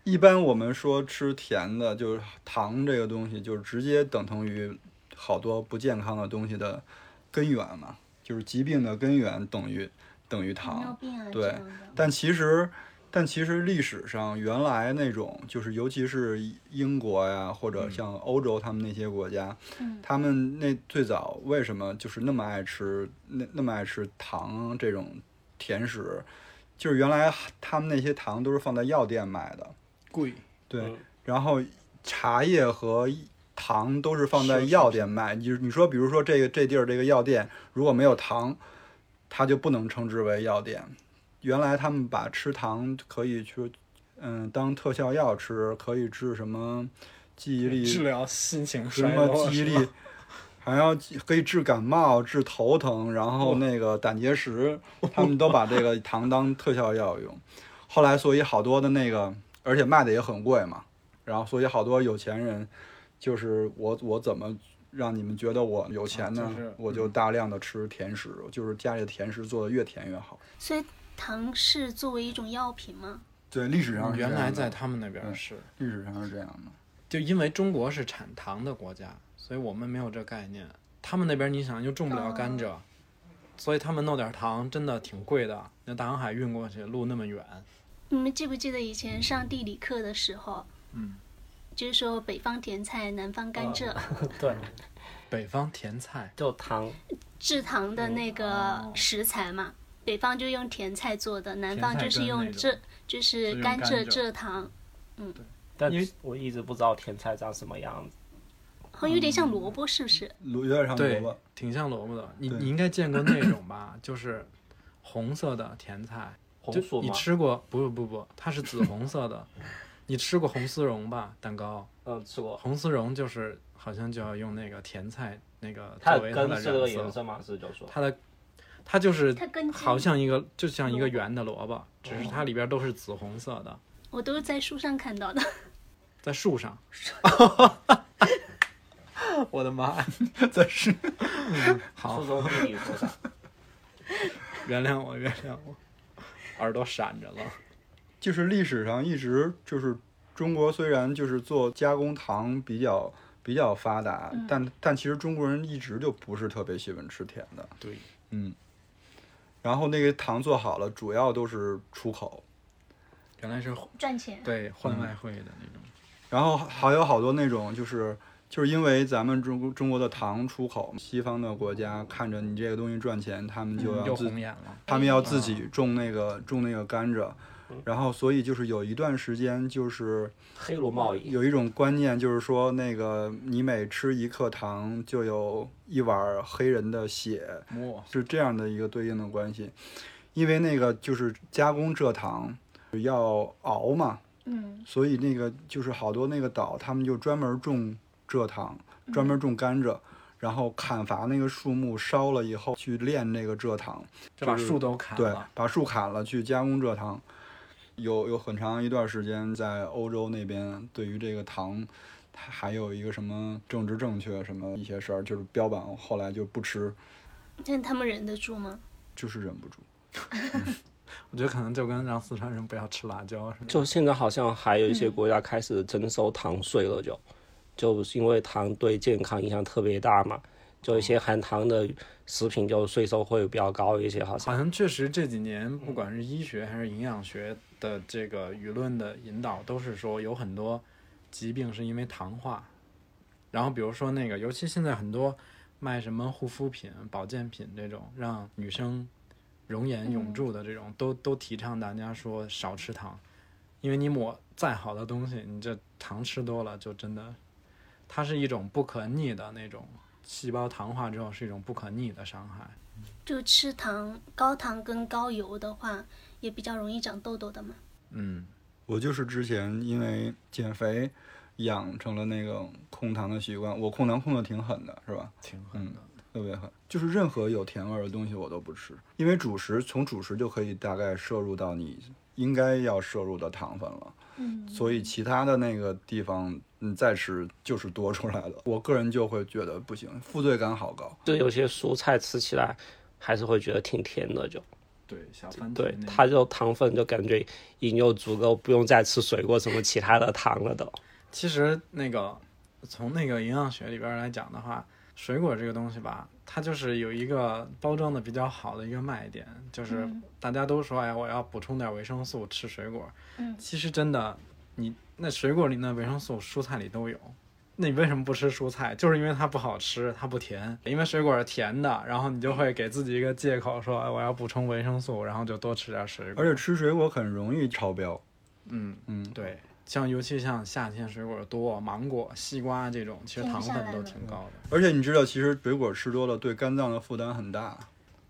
Speaker 3: 一般我们说吃甜的，就是糖这个东西，就是直接等同于好多不健康的东西的根源嘛，就是疾病的根源等于等于
Speaker 4: 糖尿
Speaker 3: 糖。
Speaker 4: 病啊，
Speaker 3: 对
Speaker 4: 这样的。
Speaker 3: 但其实，但其实历史上原来那种，就是尤其是英国呀，或者像欧洲他们那些国家，
Speaker 4: 嗯
Speaker 3: 他们那最早为什么就是那么爱吃那那么爱吃糖这种甜食，就是原来他们那些糖都是放在药店买的。
Speaker 1: 贵，
Speaker 3: 对，
Speaker 2: 嗯
Speaker 3: 然后茶叶和糖都是放在
Speaker 1: 是是
Speaker 3: 药店卖。你你说，比如说这个这地儿这个药店如果没有糖，它就不能称之为药店。原来他们把吃糖可以去，嗯，当特效药吃，可以治什么记忆力
Speaker 1: 治疗心情
Speaker 3: 什
Speaker 1: 衰弱
Speaker 3: 么记忆力，还要可以治感冒、治头疼，然后那个胆结石，他们都把这个糖当特效药用。后来，所以好多的那个，而且卖的也很贵嘛，然后所以好多有钱人，就是我我怎么让你们觉得我有钱呢？
Speaker 1: 啊就是
Speaker 3: 我就大量的吃甜食，就是家里的甜食做的越甜越好。
Speaker 4: 所以糖是作为一种药品吗？
Speaker 3: 对，历史上是这
Speaker 1: 原
Speaker 3: 样的
Speaker 1: 来在他们那边
Speaker 3: 嗯
Speaker 1: 是，
Speaker 3: 历史上是这样的。
Speaker 1: 就因为中国是产糖的国家，所以我们没有这概念。他们那边你想又种不了甘蔗，所以他们弄点糖真的挺贵的。那大航海运过去，路那么远，
Speaker 4: 你们记不记得以前上地理课的时候，
Speaker 1: 嗯，
Speaker 4: 就是说北方甜菜，南方甘蔗，
Speaker 2: 对，
Speaker 1: 北方甜菜
Speaker 2: 就糖
Speaker 4: 制糖的那个食材嘛，北方就用甜菜做的，南方就是用
Speaker 1: 甜菜
Speaker 4: 蔗，就是
Speaker 1: 是用
Speaker 4: 甘蔗
Speaker 1: 甘蔗
Speaker 4: 蔗糖，
Speaker 2: 但
Speaker 1: 因为
Speaker 2: 我一直不知道甜菜长什么样子。
Speaker 4: 好像有点像萝卜，是不是？
Speaker 3: 有点像萝
Speaker 1: 对
Speaker 3: 卜，，
Speaker 1: 挺像萝卜的。你
Speaker 3: 对
Speaker 1: 你应该见过那种吧，就是红色的甜菜，
Speaker 2: 红
Speaker 1: 就
Speaker 2: 薯
Speaker 1: 你
Speaker 2: 吗？
Speaker 1: 吃过？不不不，它是 紫红色的。你吃过红丝绒吧？蛋糕，
Speaker 2: 嗯，吃过。
Speaker 1: 红丝绒就是好像就要用那个甜菜那个
Speaker 2: 它
Speaker 1: 作
Speaker 2: 的
Speaker 1: 为它
Speaker 2: 根
Speaker 1: 的
Speaker 2: 是这个
Speaker 1: 染
Speaker 2: 颜
Speaker 1: 色，
Speaker 2: 色吗？是就说
Speaker 1: 它的它就是
Speaker 4: 它根
Speaker 1: 嗯
Speaker 4: 茎
Speaker 1: 好像一个就像一个圆的萝卜，只是
Speaker 2: 哦
Speaker 1: 它里边都是紫红色的，
Speaker 4: 我都是在书上看到的。
Speaker 1: 在树上。 我的妈呀！
Speaker 3: 但是
Speaker 1: 嗯好
Speaker 2: 初，中地理说啥？
Speaker 1: 原谅我，原谅我，耳朵闪着了。
Speaker 3: 就是历史上一直就是中国虽然就是做加工糖比较比较发达，但但其实中国人一直就不是特别喜欢吃甜的。
Speaker 1: 对，
Speaker 3: 嗯。然后那个糖做好了，主要都是出口，
Speaker 1: 原来是
Speaker 4: 赚钱，
Speaker 1: 对换外汇的那种。
Speaker 3: 然后还有好多那种就是。就是因为咱们中国中国的糖出口，西方的国家看着你这个东西赚钱，他们就要
Speaker 1: 又
Speaker 3: 自
Speaker 1: 嗯红眼了。啊嗯
Speaker 3: 他们要自己种那个种那个甘蔗，然后所以就是有一段时间就是
Speaker 2: 黑奴贸易，
Speaker 3: 有一种观念就是说那个你每吃一克糖就有一碗黑人的血，
Speaker 1: 摸
Speaker 3: 是这样的一个对应的关系，因为那个就是加工蔗糖要熬嘛，
Speaker 4: 嗯，
Speaker 3: 所以那个就是好多那个岛，他们就专门种蔗糖，专门种甘蔗，然后砍伐那个树木，烧了以后去炼那个蔗糖，
Speaker 1: 这把
Speaker 3: 就是
Speaker 1: 树都砍
Speaker 3: 对
Speaker 1: 了，，
Speaker 3: 把树砍了去加工蔗糖。有有很长一段时间在欧洲那边，对于这个糖，它还有一个什么政治正确什么一些事儿，就是标榜后来就不吃，
Speaker 4: 但他们忍得住吗？
Speaker 3: 就是忍不住。
Speaker 1: 我觉得可能就跟让四川人不要吃辣椒似的。
Speaker 2: 就现在好像还有一些国家开始征收糖税了就，就是因为糖对健康影响特别大嘛，就一些含糖的食品就税收会比较高一些，好像
Speaker 1: 好像确实这几年，不管是医学还是营养学的这个舆论的引导，都是说有很多疾病是因为糖化。然后比如说那个，尤其现在很多卖什么护肤品、保健品这种让女生容颜永驻的这种，都都提倡大家说少吃糖，因为你抹再好的东西，你这糖吃多了就真的，它是一种不可逆的那种细胞糖化之后是一种不可逆的伤害。
Speaker 4: 就吃糖、高糖跟高油的话，也比较容易长痘痘的嘛。
Speaker 1: 嗯。
Speaker 3: 我就是之前因为减肥养成了那个控糖的习惯，我控糖控的挺狠的，是吧？
Speaker 1: 挺狠的。
Speaker 3: 特别狠，就是任何有甜味儿的东西我都不吃，因为主食从主食就可以大概摄入到你应该要摄入的糖分了。
Speaker 4: 嗯，
Speaker 3: 所以其他的那个地方你再吃就是多出来的。我个人就会觉得不行，负罪感好高。
Speaker 2: 就有些蔬菜吃起来还是会觉得挺甜的就，
Speaker 1: 对，小番茄
Speaker 2: 对
Speaker 1: 那，
Speaker 2: 它就糖分就感觉已经有足够，不用再吃水果什么其他的糖了都。
Speaker 1: 其实那个从那个营养学里边儿来讲的话，水果这个东西吧，它就是有一个包装的比较好的一个卖点，就是大家都说哎，我要补充点维生素，吃水果。
Speaker 4: 嗯
Speaker 1: 其实真的，你那水果里那维生素，蔬菜里都有。那你为什么不吃蔬菜？就是因为它不好吃，它不甜。因为水果是甜的，然后你就会给自己一个借口说，哎，我要补充维生素，然后就多吃点水果。
Speaker 3: 而且吃水果很容易超标。
Speaker 1: 嗯，
Speaker 3: 嗯，
Speaker 1: 对，像尤其像夏天水果多，芒果、西瓜这种，其实
Speaker 4: 停不
Speaker 1: 糖
Speaker 4: 下
Speaker 1: 分
Speaker 4: 来嗯
Speaker 1: 都
Speaker 4: 了
Speaker 1: 挺高的。
Speaker 3: 而且你知道，其实水果吃多了对肝脏的负担很大。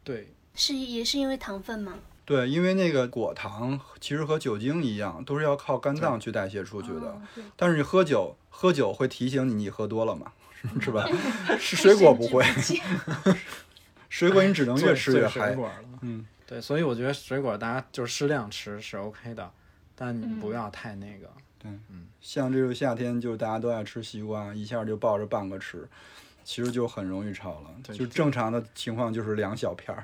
Speaker 1: 对，
Speaker 4: 是也是因为糖分嘛。
Speaker 3: 对，因为那个果糖其实和酒精一样，都是要靠肝脏去代谢出去的
Speaker 4: 哦。对
Speaker 3: 但是你喝酒，喝酒会提醒你你喝多了嘛， 是吧？
Speaker 4: 嗯
Speaker 3: 是水果不会，
Speaker 4: 甚至不记
Speaker 3: 水果你只能
Speaker 1: 醉
Speaker 3: 越吃
Speaker 1: 醉
Speaker 3: 越
Speaker 1: 水
Speaker 3: 嗨。
Speaker 1: 果了。
Speaker 3: 嗯，
Speaker 1: 对，所以我觉得水果大家就是适量吃是 OK 的，但你
Speaker 4: 嗯
Speaker 1: 不要太那个。
Speaker 3: 像这个夏天，就是大家都爱吃西瓜，一下就抱着半个吃，其实就很容易超了。
Speaker 1: 对
Speaker 3: 就正常的情况就是两小片儿。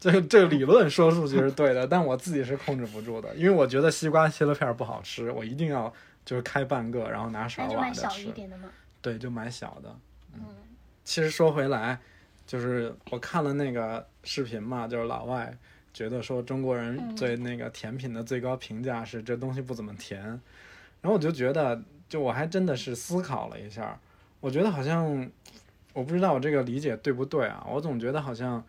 Speaker 1: 这个这个理论说出去是对的，但我自己是控制不住的，因为我觉得西瓜切了片儿不好吃，我一定要就是开半个，然后拿勺
Speaker 4: 那就
Speaker 1: 挖
Speaker 4: 买
Speaker 1: 着
Speaker 4: 小
Speaker 1: 吃嗯
Speaker 4: 一。点的嘛。嗯
Speaker 1: 对，就买小的。其实说回来，就是我看了那个视频嘛，就是老外觉得说中国人对那个甜品的最高评价是这东西不怎么甜，然后我就觉得，就我还真的是思考了一下儿，我觉得好像我不知道我这个理解对不对啊，我总觉得好像。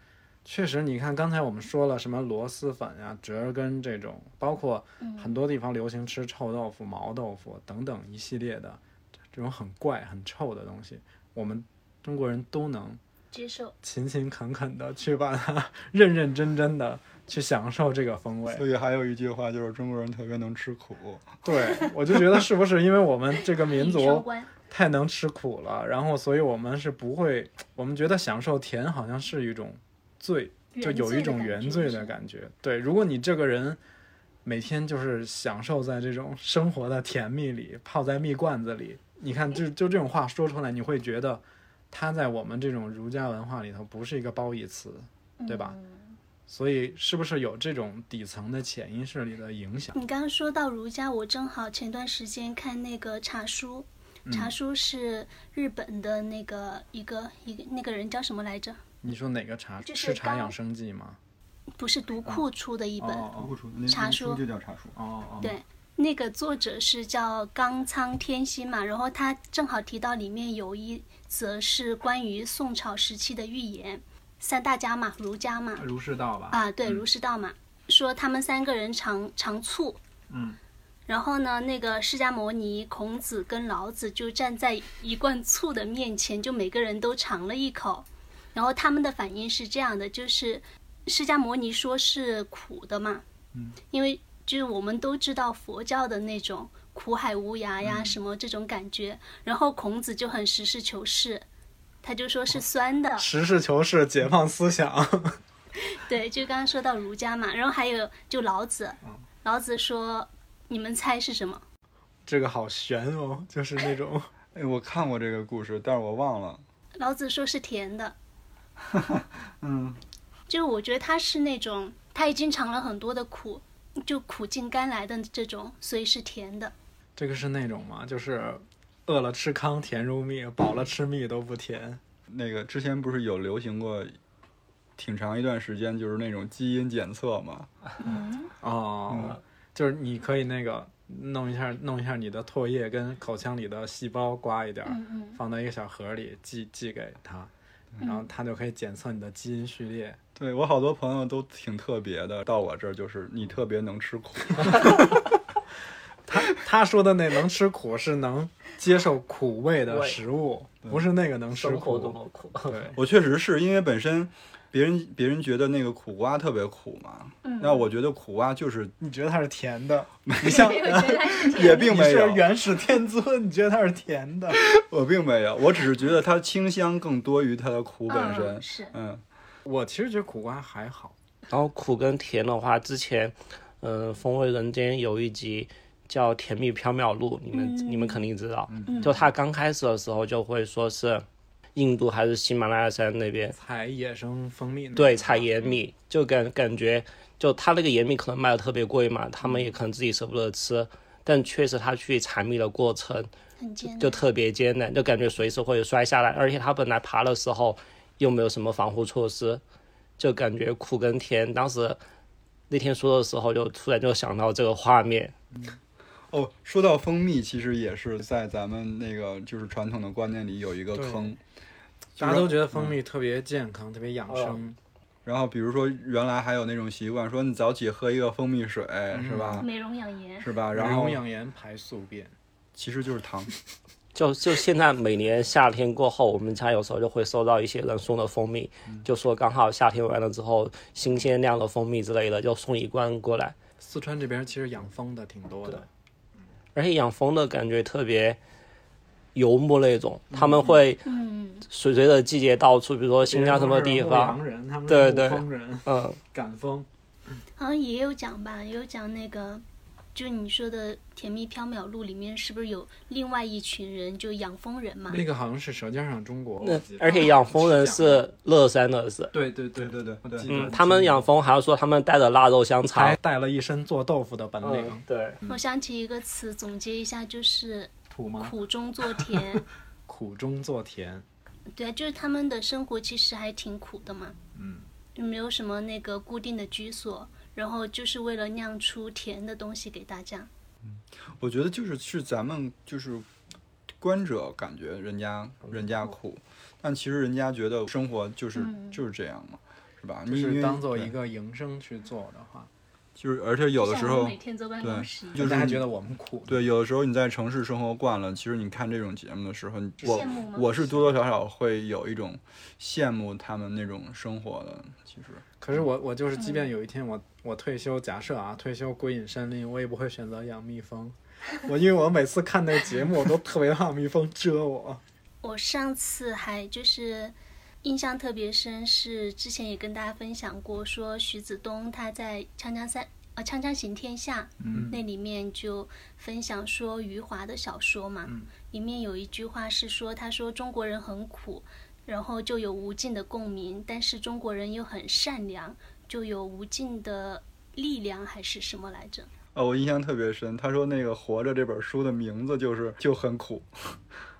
Speaker 1: 确实，你看刚才我们说了什么螺蛳粉呀、折耳根这种，包括很多地方流行吃臭豆腐、毛豆腐等等一系列的这种很怪、很臭的东西，我们中国人都能
Speaker 4: 接受，
Speaker 1: 勤勤恳恳的去把它认认真真的去享受这个风味。
Speaker 3: 所以还有一句话就是中国人特别能吃苦。
Speaker 1: 对，我就觉得是不是因为我们这个民
Speaker 4: 一双
Speaker 1: 族
Speaker 4: 关
Speaker 1: 太能吃苦了，然后所以我们是不会，我们觉得享受甜好像是一种罪，就有一种原罪的感觉。对，如果你这个人每天就是享受在这种生活的甜蜜里，泡在蜜罐子里，你看就就这种话说出来，你会觉得它在我们这种儒家文化里头不是一个褒义词，对吧？
Speaker 4: 嗯
Speaker 1: 所以是不是有这种底层的潜意识里的影响？
Speaker 4: 你刚刚说到儒家，我正好前段时间看那个茶书，
Speaker 1: 嗯
Speaker 4: 茶书是日本的那个一个一个那个人叫什么来着？
Speaker 1: 你说哪个茶
Speaker 4: 就是
Speaker 1: 茶
Speaker 4: 刚
Speaker 1: 养生记吗？
Speaker 4: 不是读库出的一本，
Speaker 1: 哦
Speaker 3: 不出那
Speaker 4: 茶
Speaker 3: 那
Speaker 4: 书
Speaker 3: 就叫茶书啊
Speaker 1: 哦哦，
Speaker 4: 对那个作者是叫冈仓天心嘛，然后他正好提到里面有一则是关于宋朝时期的寓言，三大家嘛，儒家嘛，
Speaker 1: 儒释道吧？
Speaker 4: 啊，对，儒释道嘛，说他们三个人常常醋，
Speaker 1: 嗯，
Speaker 4: 然后呢，那个释迦牟尼、孔子跟老子就站在一罐醋的面前，就每个人都尝了一口，然后他们的反应是这样的，就是释迦牟尼说是苦的嘛，嗯，因为就是我们都知道佛教的那种苦海无涯呀，什么这种感觉，然后孔子就很实事求是，他就说是酸的，
Speaker 1: 实事求是，解放思想。
Speaker 4: 对，就刚刚说到儒家嘛，然后还有就老子，老子说，你们猜是什么？
Speaker 1: 这个好悬哦，就是那种
Speaker 3: 哎，我看过这个故事，但是我忘了。
Speaker 4: 老子说是甜的，
Speaker 3: 嗯，
Speaker 4: 就我觉得他是那种他已经尝了很多的苦，就苦尽甘来的这种，所以是甜的。
Speaker 1: 这个是那种嘛，就是饿了吃糠甜如蜜，饱了吃蜜都不甜。
Speaker 3: 那个之前不是有流行过挺长一段时间，就是那种基因检测嘛，
Speaker 1: 哦，就是你可以那个弄一下，弄一下你的唾液跟口腔里的细胞刮一点儿，放到一个小盒里寄寄给他，然后他就可以检测你的基因序列。
Speaker 3: 对我好多朋友都挺特别的，到我这儿就是你特别能吃苦，
Speaker 1: 他他说的那能吃苦是能接受苦味的
Speaker 2: 味
Speaker 1: 食物，不是那个能吃
Speaker 2: 生活多
Speaker 1: 苦。
Speaker 2: 么 苦。
Speaker 1: 对，
Speaker 3: 我确实是因为本身别人别人觉得那个苦瓜特别苦嘛，
Speaker 1: 嗯
Speaker 3: 那我觉得苦瓜就是
Speaker 1: 你觉得它是甜的，你像
Speaker 3: 也并没有
Speaker 1: 你是，原始天尊，你觉得它是甜的？
Speaker 3: 我并没有，我只是觉得它清香更多于它的苦本身
Speaker 4: 嗯，是
Speaker 3: 嗯，
Speaker 1: 我其实觉得苦瓜还好，
Speaker 2: 然后苦跟甜的话，之前，嗯、风味人间》有一集叫《甜蜜缥缈录》，你们、你们肯定知道。
Speaker 1: 嗯
Speaker 2: 就他刚开始的时候就会说是印度还是喜马拉雅山那边
Speaker 1: 采野生蜂蜜那种
Speaker 2: 对采盐米，就感感觉就他那个盐米可能卖的特别贵嘛，他们也可能自己舍不得吃。但确实，他去采蜜的过程
Speaker 4: 很艰难，
Speaker 2: 就特别艰难，就感觉随时会摔下来，而且他本来爬的时候又没有什么防护措施，就感觉苦跟甜。当时那天说的时候，就突然就想到这个画面，
Speaker 3: 哦，说到蜂蜜，其实也是在咱们那个就是传统的观念里有一个
Speaker 1: 对
Speaker 3: 坑，
Speaker 1: 大家都觉得蜂蜜特别健
Speaker 2: 嗯
Speaker 1: 康，特别养
Speaker 2: 哦
Speaker 1: 生。
Speaker 3: 然后比如说原来还有那种习惯，说你早起喝一个蜂蜜水，
Speaker 1: 嗯
Speaker 3: 是吧？
Speaker 4: 美容养颜。
Speaker 3: 是吧？然
Speaker 1: 然
Speaker 3: 后
Speaker 1: 后养颜排宿便，
Speaker 3: 其实就是 糖，
Speaker 2: 就就现在每年夏天过后，我们家有时候就会收到一些人送的蜂蜜，就说刚好夏天完了之后，新鲜酿的蜂蜜之类的，就送一罐过来。
Speaker 1: 四川这边其实养蜂的挺多的，
Speaker 2: 而且养蜂的感觉特别游牧那种，他们会
Speaker 4: 嗯，
Speaker 2: 随随着季节到处，比如说新疆什么地方，
Speaker 1: 洋人他们
Speaker 2: 对
Speaker 1: 是
Speaker 2: 对
Speaker 1: 牧蜂人
Speaker 2: 嗯，
Speaker 1: 赶蜂，
Speaker 4: 好像也有讲吧，也有讲那个，就你说的《甜蜜缥缈录》里面是不是有另外一群人，就养蜂人嘛？
Speaker 1: 那个好像是《舌尖上中国》我
Speaker 2: 那
Speaker 1: 记得，
Speaker 2: 而且养蜂人是乐山的是，
Speaker 1: 对对对
Speaker 3: 对对对对
Speaker 1: 记得
Speaker 2: 嗯，他们养蜂还要说他们带着腊肉香
Speaker 1: 还
Speaker 2: 肠，
Speaker 1: 带了一身做豆腐的本领
Speaker 2: 嗯，，对，
Speaker 4: 我想起一个词，总结一下，就是
Speaker 1: 土吗？
Speaker 4: 苦中作甜。
Speaker 1: 苦中作甜，
Speaker 4: 对啊，就是他们的生活其实还挺苦的嘛，嗯，没有什么那个固定的居所，然后就是为了酿出甜的东西给大家。
Speaker 3: 我觉得就是是咱们就是观者感觉人家
Speaker 1: 嗯
Speaker 3: 人家苦，但其实人家觉得生活就是、就是这样嘛，是吧？
Speaker 1: 就
Speaker 3: 你因
Speaker 1: 嗯是
Speaker 3: 为
Speaker 1: 当做一
Speaker 3: 对
Speaker 1: 个营生去做的话，
Speaker 3: 就是，而且有的时
Speaker 4: 像我
Speaker 3: 候
Speaker 4: 每天坐办
Speaker 3: 对
Speaker 4: 公室一样，
Speaker 3: 就是
Speaker 1: 大家
Speaker 3: 你
Speaker 1: 觉得我们苦，
Speaker 3: 对，有的时候你在城市生活惯了，其实你看这种节目的时候，你我
Speaker 4: 羡慕吗
Speaker 3: 我是多多少少会有一种羡慕他们那种生活的。其实，
Speaker 1: 可是我我就是，即便有一天我我退休，假设啊退休归隐山林，我也不会选择养蜜蜂，我因为我每次看那个节目，我都特别怕蜜蜂蛰我。
Speaker 4: 我上次还就是印象特别深，是之前也跟大家分享过，说徐子东他在《锵锵三》呃《锵锵行天下》那里面就分享说余华的小说嘛，里面有一句话是说，他说中国人很苦，然后就有无尽的共鸣，但是中国人又很善良，就有无尽的力量还是什么来着？
Speaker 3: 啊，我印象特别深。他说那个《活着》这本书的名字就是就很苦，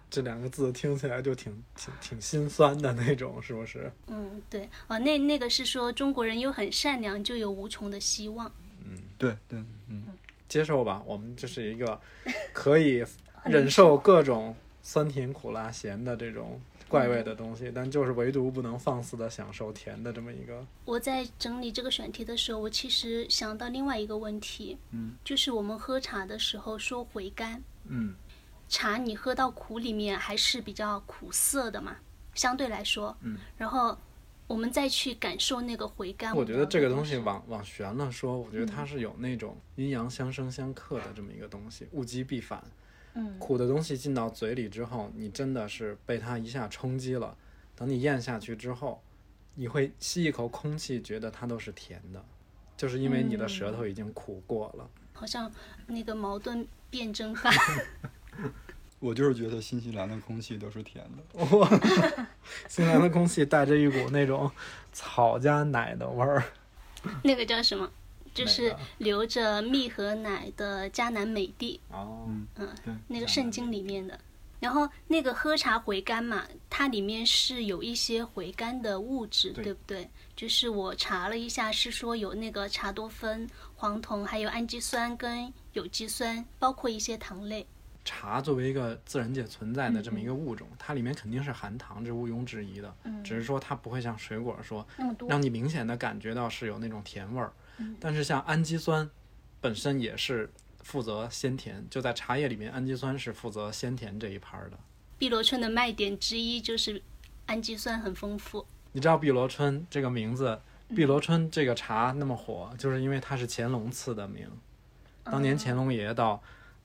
Speaker 1: 这两个字听起来就挺挺挺心酸的那种，是不是？
Speaker 4: 嗯，对，哦，那那个是说中国人又很善良，就有无穷的希望。
Speaker 3: 对对，嗯，
Speaker 1: 接受吧，我们就是一个可以忍受各种酸甜苦辣咸的这种怪味的东西，但就是唯独不能放肆的享受甜的这么一个。
Speaker 4: 我在整理这个选题的时候，我其实想到另外一个问题，嗯，就是我们喝茶的时候说回甘，
Speaker 1: 嗯，
Speaker 4: 茶你喝到苦里面还是比较苦涩的嘛，相对来说，嗯，然后我们再去感受那个回甘，
Speaker 1: 我觉得这个东西
Speaker 4: 吧，
Speaker 1: 往往悬了说，我觉得它是有那种阴阳相生相克的这么一个东西，物极必反。
Speaker 4: 嗯，
Speaker 1: 苦的东西进到嘴里之后，你真的是被它一下冲击了。等你咽下去之后，你会吸一口空气，觉得它都是甜的，就是因为你的舌头已经苦过了。
Speaker 4: 好像那个矛盾辩证法，
Speaker 3: 我就是觉得新西兰的空气都是甜的。
Speaker 1: 新西兰的空气带着一股那种 草加奶的味儿，
Speaker 4: 那个叫什么？就
Speaker 1: 哪
Speaker 4: 是
Speaker 1: 个啊
Speaker 4: 留着蜜和奶的迦南美地，
Speaker 1: 哦，
Speaker 4: 那个圣经里面的。然后那个喝茶回甘嘛，它里面是有一些回甘的物质，
Speaker 1: 对
Speaker 4: 对不对？就是我查了一下，是说有那个茶多酚、黄酮，还有氨基酸跟有机酸，包括一些糖类。
Speaker 1: 茶作为一个自然界存在的这么一个物种，它里面肯定是含糖，这毋庸置疑的。只是说它不会像水果说
Speaker 4: 那么多
Speaker 1: 让你明显的感觉到是有那种甜味儿。但是像氨基酸本身也是负责鲜甜，就在茶叶里面，氨基酸是负责鲜甜这一盘儿的。
Speaker 4: 碧螺春的卖点之一就是氨基酸很丰富。
Speaker 1: 你知道碧螺春这个名字，
Speaker 4: 嗯
Speaker 1: 碧螺春这个茶那么火，就是因为它是乾隆赐的名。
Speaker 4: 哦
Speaker 1: 当年乾隆爷到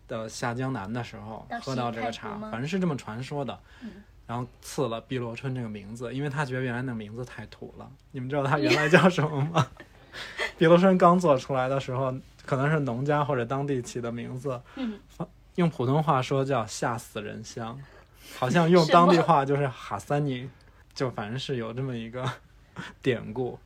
Speaker 1: 的下江南的时候
Speaker 4: 到，
Speaker 1: 喝到这个
Speaker 4: 西太
Speaker 1: 茶
Speaker 4: 湖，吗嗯
Speaker 1: 反正是这么传说的。然后赐了碧螺春这个名字，因为他觉得原来那个名字太土了。你们知道它原来叫什么 吗？碧螺春刚做出来的时候，可能是农家或者当地起的名字，
Speaker 4: 嗯
Speaker 1: 放用普通话说叫吓死人香，好像用当地话就是哈三尼，就反正是有这么一个典故。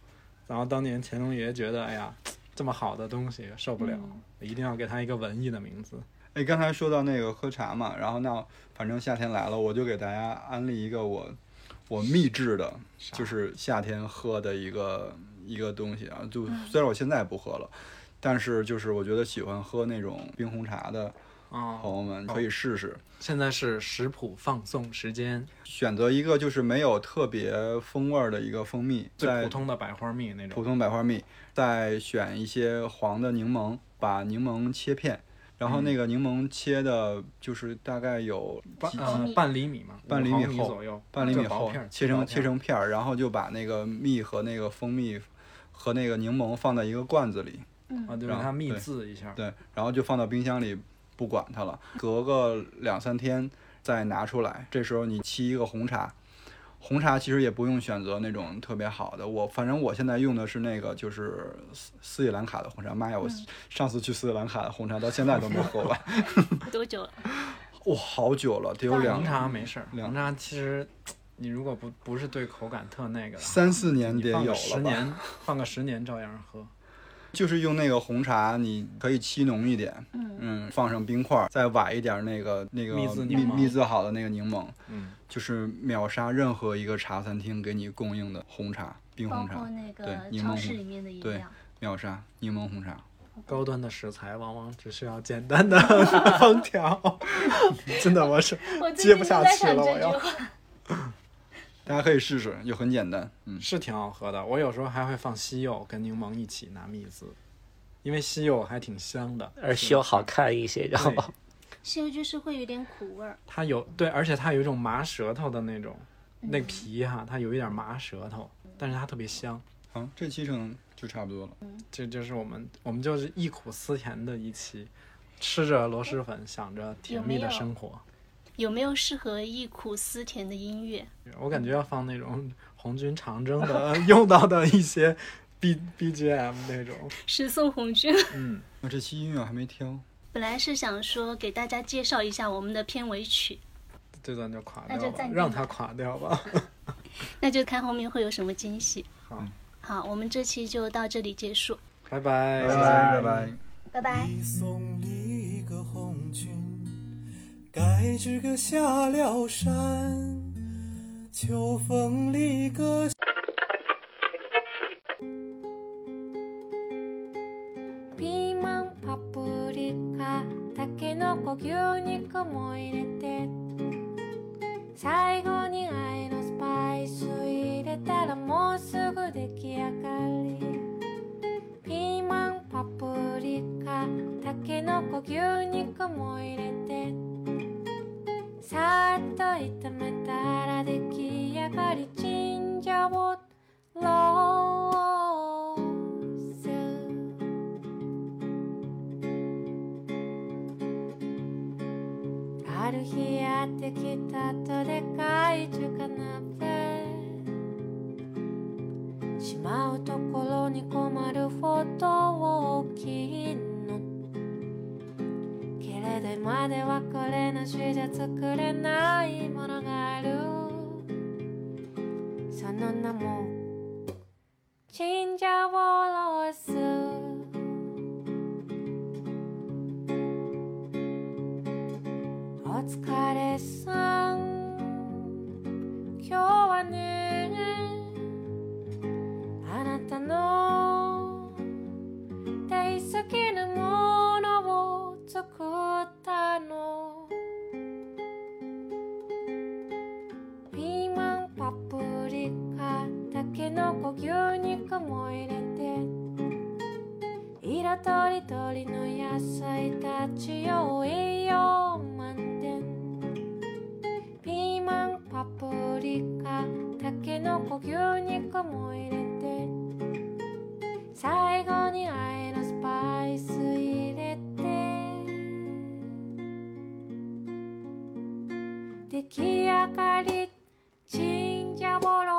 Speaker 1: 然后当年乾隆爷觉得，哎呀，这么好的东西受不了，一定要给它一个文艺的名字。
Speaker 3: 哎，刚才说到那个喝茶嘛，然后那反正夏天来了，我就给大家安利一个我我秘制的，就是夏天喝的一个一个东西啊。就
Speaker 1: 嗯
Speaker 3: 虽然我现在不喝了，但是就是我觉得喜欢喝那种冰红茶的朋
Speaker 1: 哦，
Speaker 3: 友们可以试试。
Speaker 1: 现在是食谱放送时间，
Speaker 3: 选择一个就是没有特别风味儿的一个蜂蜜，
Speaker 1: 最
Speaker 3: 在
Speaker 1: 普通的百花蜜那
Speaker 3: 普
Speaker 1: 种。
Speaker 3: 通百花蜜，再选一些黄的柠檬，把柠檬切片，然后那个柠檬切的就是大概有
Speaker 1: 嗯半
Speaker 3: 几
Speaker 1: 呃半厘米嘛，
Speaker 3: 半厘
Speaker 1: 五毫
Speaker 3: 米
Speaker 1: 米
Speaker 3: 厚
Speaker 1: 左右，
Speaker 3: 半厘米
Speaker 1: 这薄
Speaker 3: 厚
Speaker 1: 片儿，
Speaker 3: 切
Speaker 1: 薄
Speaker 3: 成
Speaker 1: 片
Speaker 3: 切
Speaker 1: 儿
Speaker 3: 成片儿，然后就把那个蜜和那个蜂蜜和那个柠檬放在一个罐子里，
Speaker 1: 啊，就
Speaker 3: 然
Speaker 1: 让
Speaker 3: 后
Speaker 1: 它蜜
Speaker 3: 对
Speaker 1: 制一下。
Speaker 3: 对，然后就放到冰箱里不管它了，隔个两三天再拿出来，这时候你沏一个红茶。红茶其实也不用选择那种特别好的，我反正我现在用的是那个就是斯斯里兰卡的红茶。妈呀，我
Speaker 1: 嗯
Speaker 3: 上次去斯里兰卡的红茶到现在都没喝 完，
Speaker 4: 多久了？
Speaker 3: 哇、好久了，得有两
Speaker 1: 红茶没事儿，
Speaker 3: 嗯两
Speaker 1: 红茶其实你如果不不是对口感特那个的，
Speaker 3: 三四年
Speaker 1: 你
Speaker 3: 得
Speaker 1: 放个
Speaker 3: 有了
Speaker 1: 十
Speaker 3: 吧
Speaker 1: 年，放个十年照样喝。
Speaker 3: 就是用那个红茶，你可以沏浓一点，嗯放上冰块，再崴一点那个那个
Speaker 1: 蜜汁
Speaker 3: 蜜
Speaker 1: 柠檬
Speaker 3: 蜜制好的那个柠檬，
Speaker 1: 嗯，
Speaker 3: 就是秒杀任何一个茶餐厅给你供应的红茶，冰
Speaker 4: 包
Speaker 3: 红茶
Speaker 4: 括，那
Speaker 3: 对
Speaker 4: 个
Speaker 3: 柠檬
Speaker 4: 超
Speaker 3: 红
Speaker 4: 市里面的饮
Speaker 3: 对
Speaker 4: 料。
Speaker 3: 秒杀柠檬红茶。
Speaker 1: 高端的食材往往只需要简单的 烹调， 真的我是
Speaker 7: 我
Speaker 1: 接不下去了，我 要
Speaker 3: 大家可以试试，也很简单。嗯，
Speaker 1: 是挺好喝的。我有时候还会放西柚跟柠檬一起拿蜜汁，因为西柚还挺香的，
Speaker 2: 而修好看一些，知道吧？
Speaker 4: 现在就是会有点苦味儿，
Speaker 1: 它有对，而且它有一种麻舌头的那种，那皮哈，它有一点麻舌头，但是它特别香。
Speaker 3: 好，这期程就差不多了。
Speaker 1: 这就是我们，我们就是忆苦思甜的一期。吃着螺蛳粉，想着甜蜜的生活。
Speaker 4: 有没有适合忆苦思甜的音乐？
Speaker 1: 我感觉要放那种 红军长征的 用到的一些 B B G M 那种，
Speaker 4: 是宋红军。
Speaker 1: 嗯，
Speaker 3: 那这期音乐还没听，
Speaker 4: 本来是想说给大家介绍一下我们的片尾曲，
Speaker 1: 这段就垮
Speaker 4: 那
Speaker 1: 掉
Speaker 4: 就
Speaker 1: 吧
Speaker 4: 暂，停
Speaker 1: 让它垮掉吧。
Speaker 4: 那就看后面会有什么惊喜。
Speaker 1: 好，
Speaker 4: 好，我们这期就到这里结束。
Speaker 1: 拜拜，
Speaker 3: 拜拜拜拜。
Speaker 6: 拜拜。
Speaker 7: 一送一个红军，该知个下了山，秋风里个。
Speaker 5: ピーマンパプリカたけのこ牛肉も入れて最後に愛のスパイス入れたらもうすぐ出来上がりピーマンパプリカたけのこ牛肉も入れてさっと炒めたら出来上がりチンジャオロースある日やってきたとでかい中華鍋しまうところに困るほど大きいのけれどまではこれなしじゃ作れないものがあるその名もチンジャオロースお疲れさん今日はねあなたの大好きなものを作ったのピーマンパプリカたけのこ牛肉も入れて色とりどりの野菜たちよ栄養満点ピーマンパプリカたけのこ牛肉も入れて最後にあえのスパイス入れて出来上がりチンジャボロ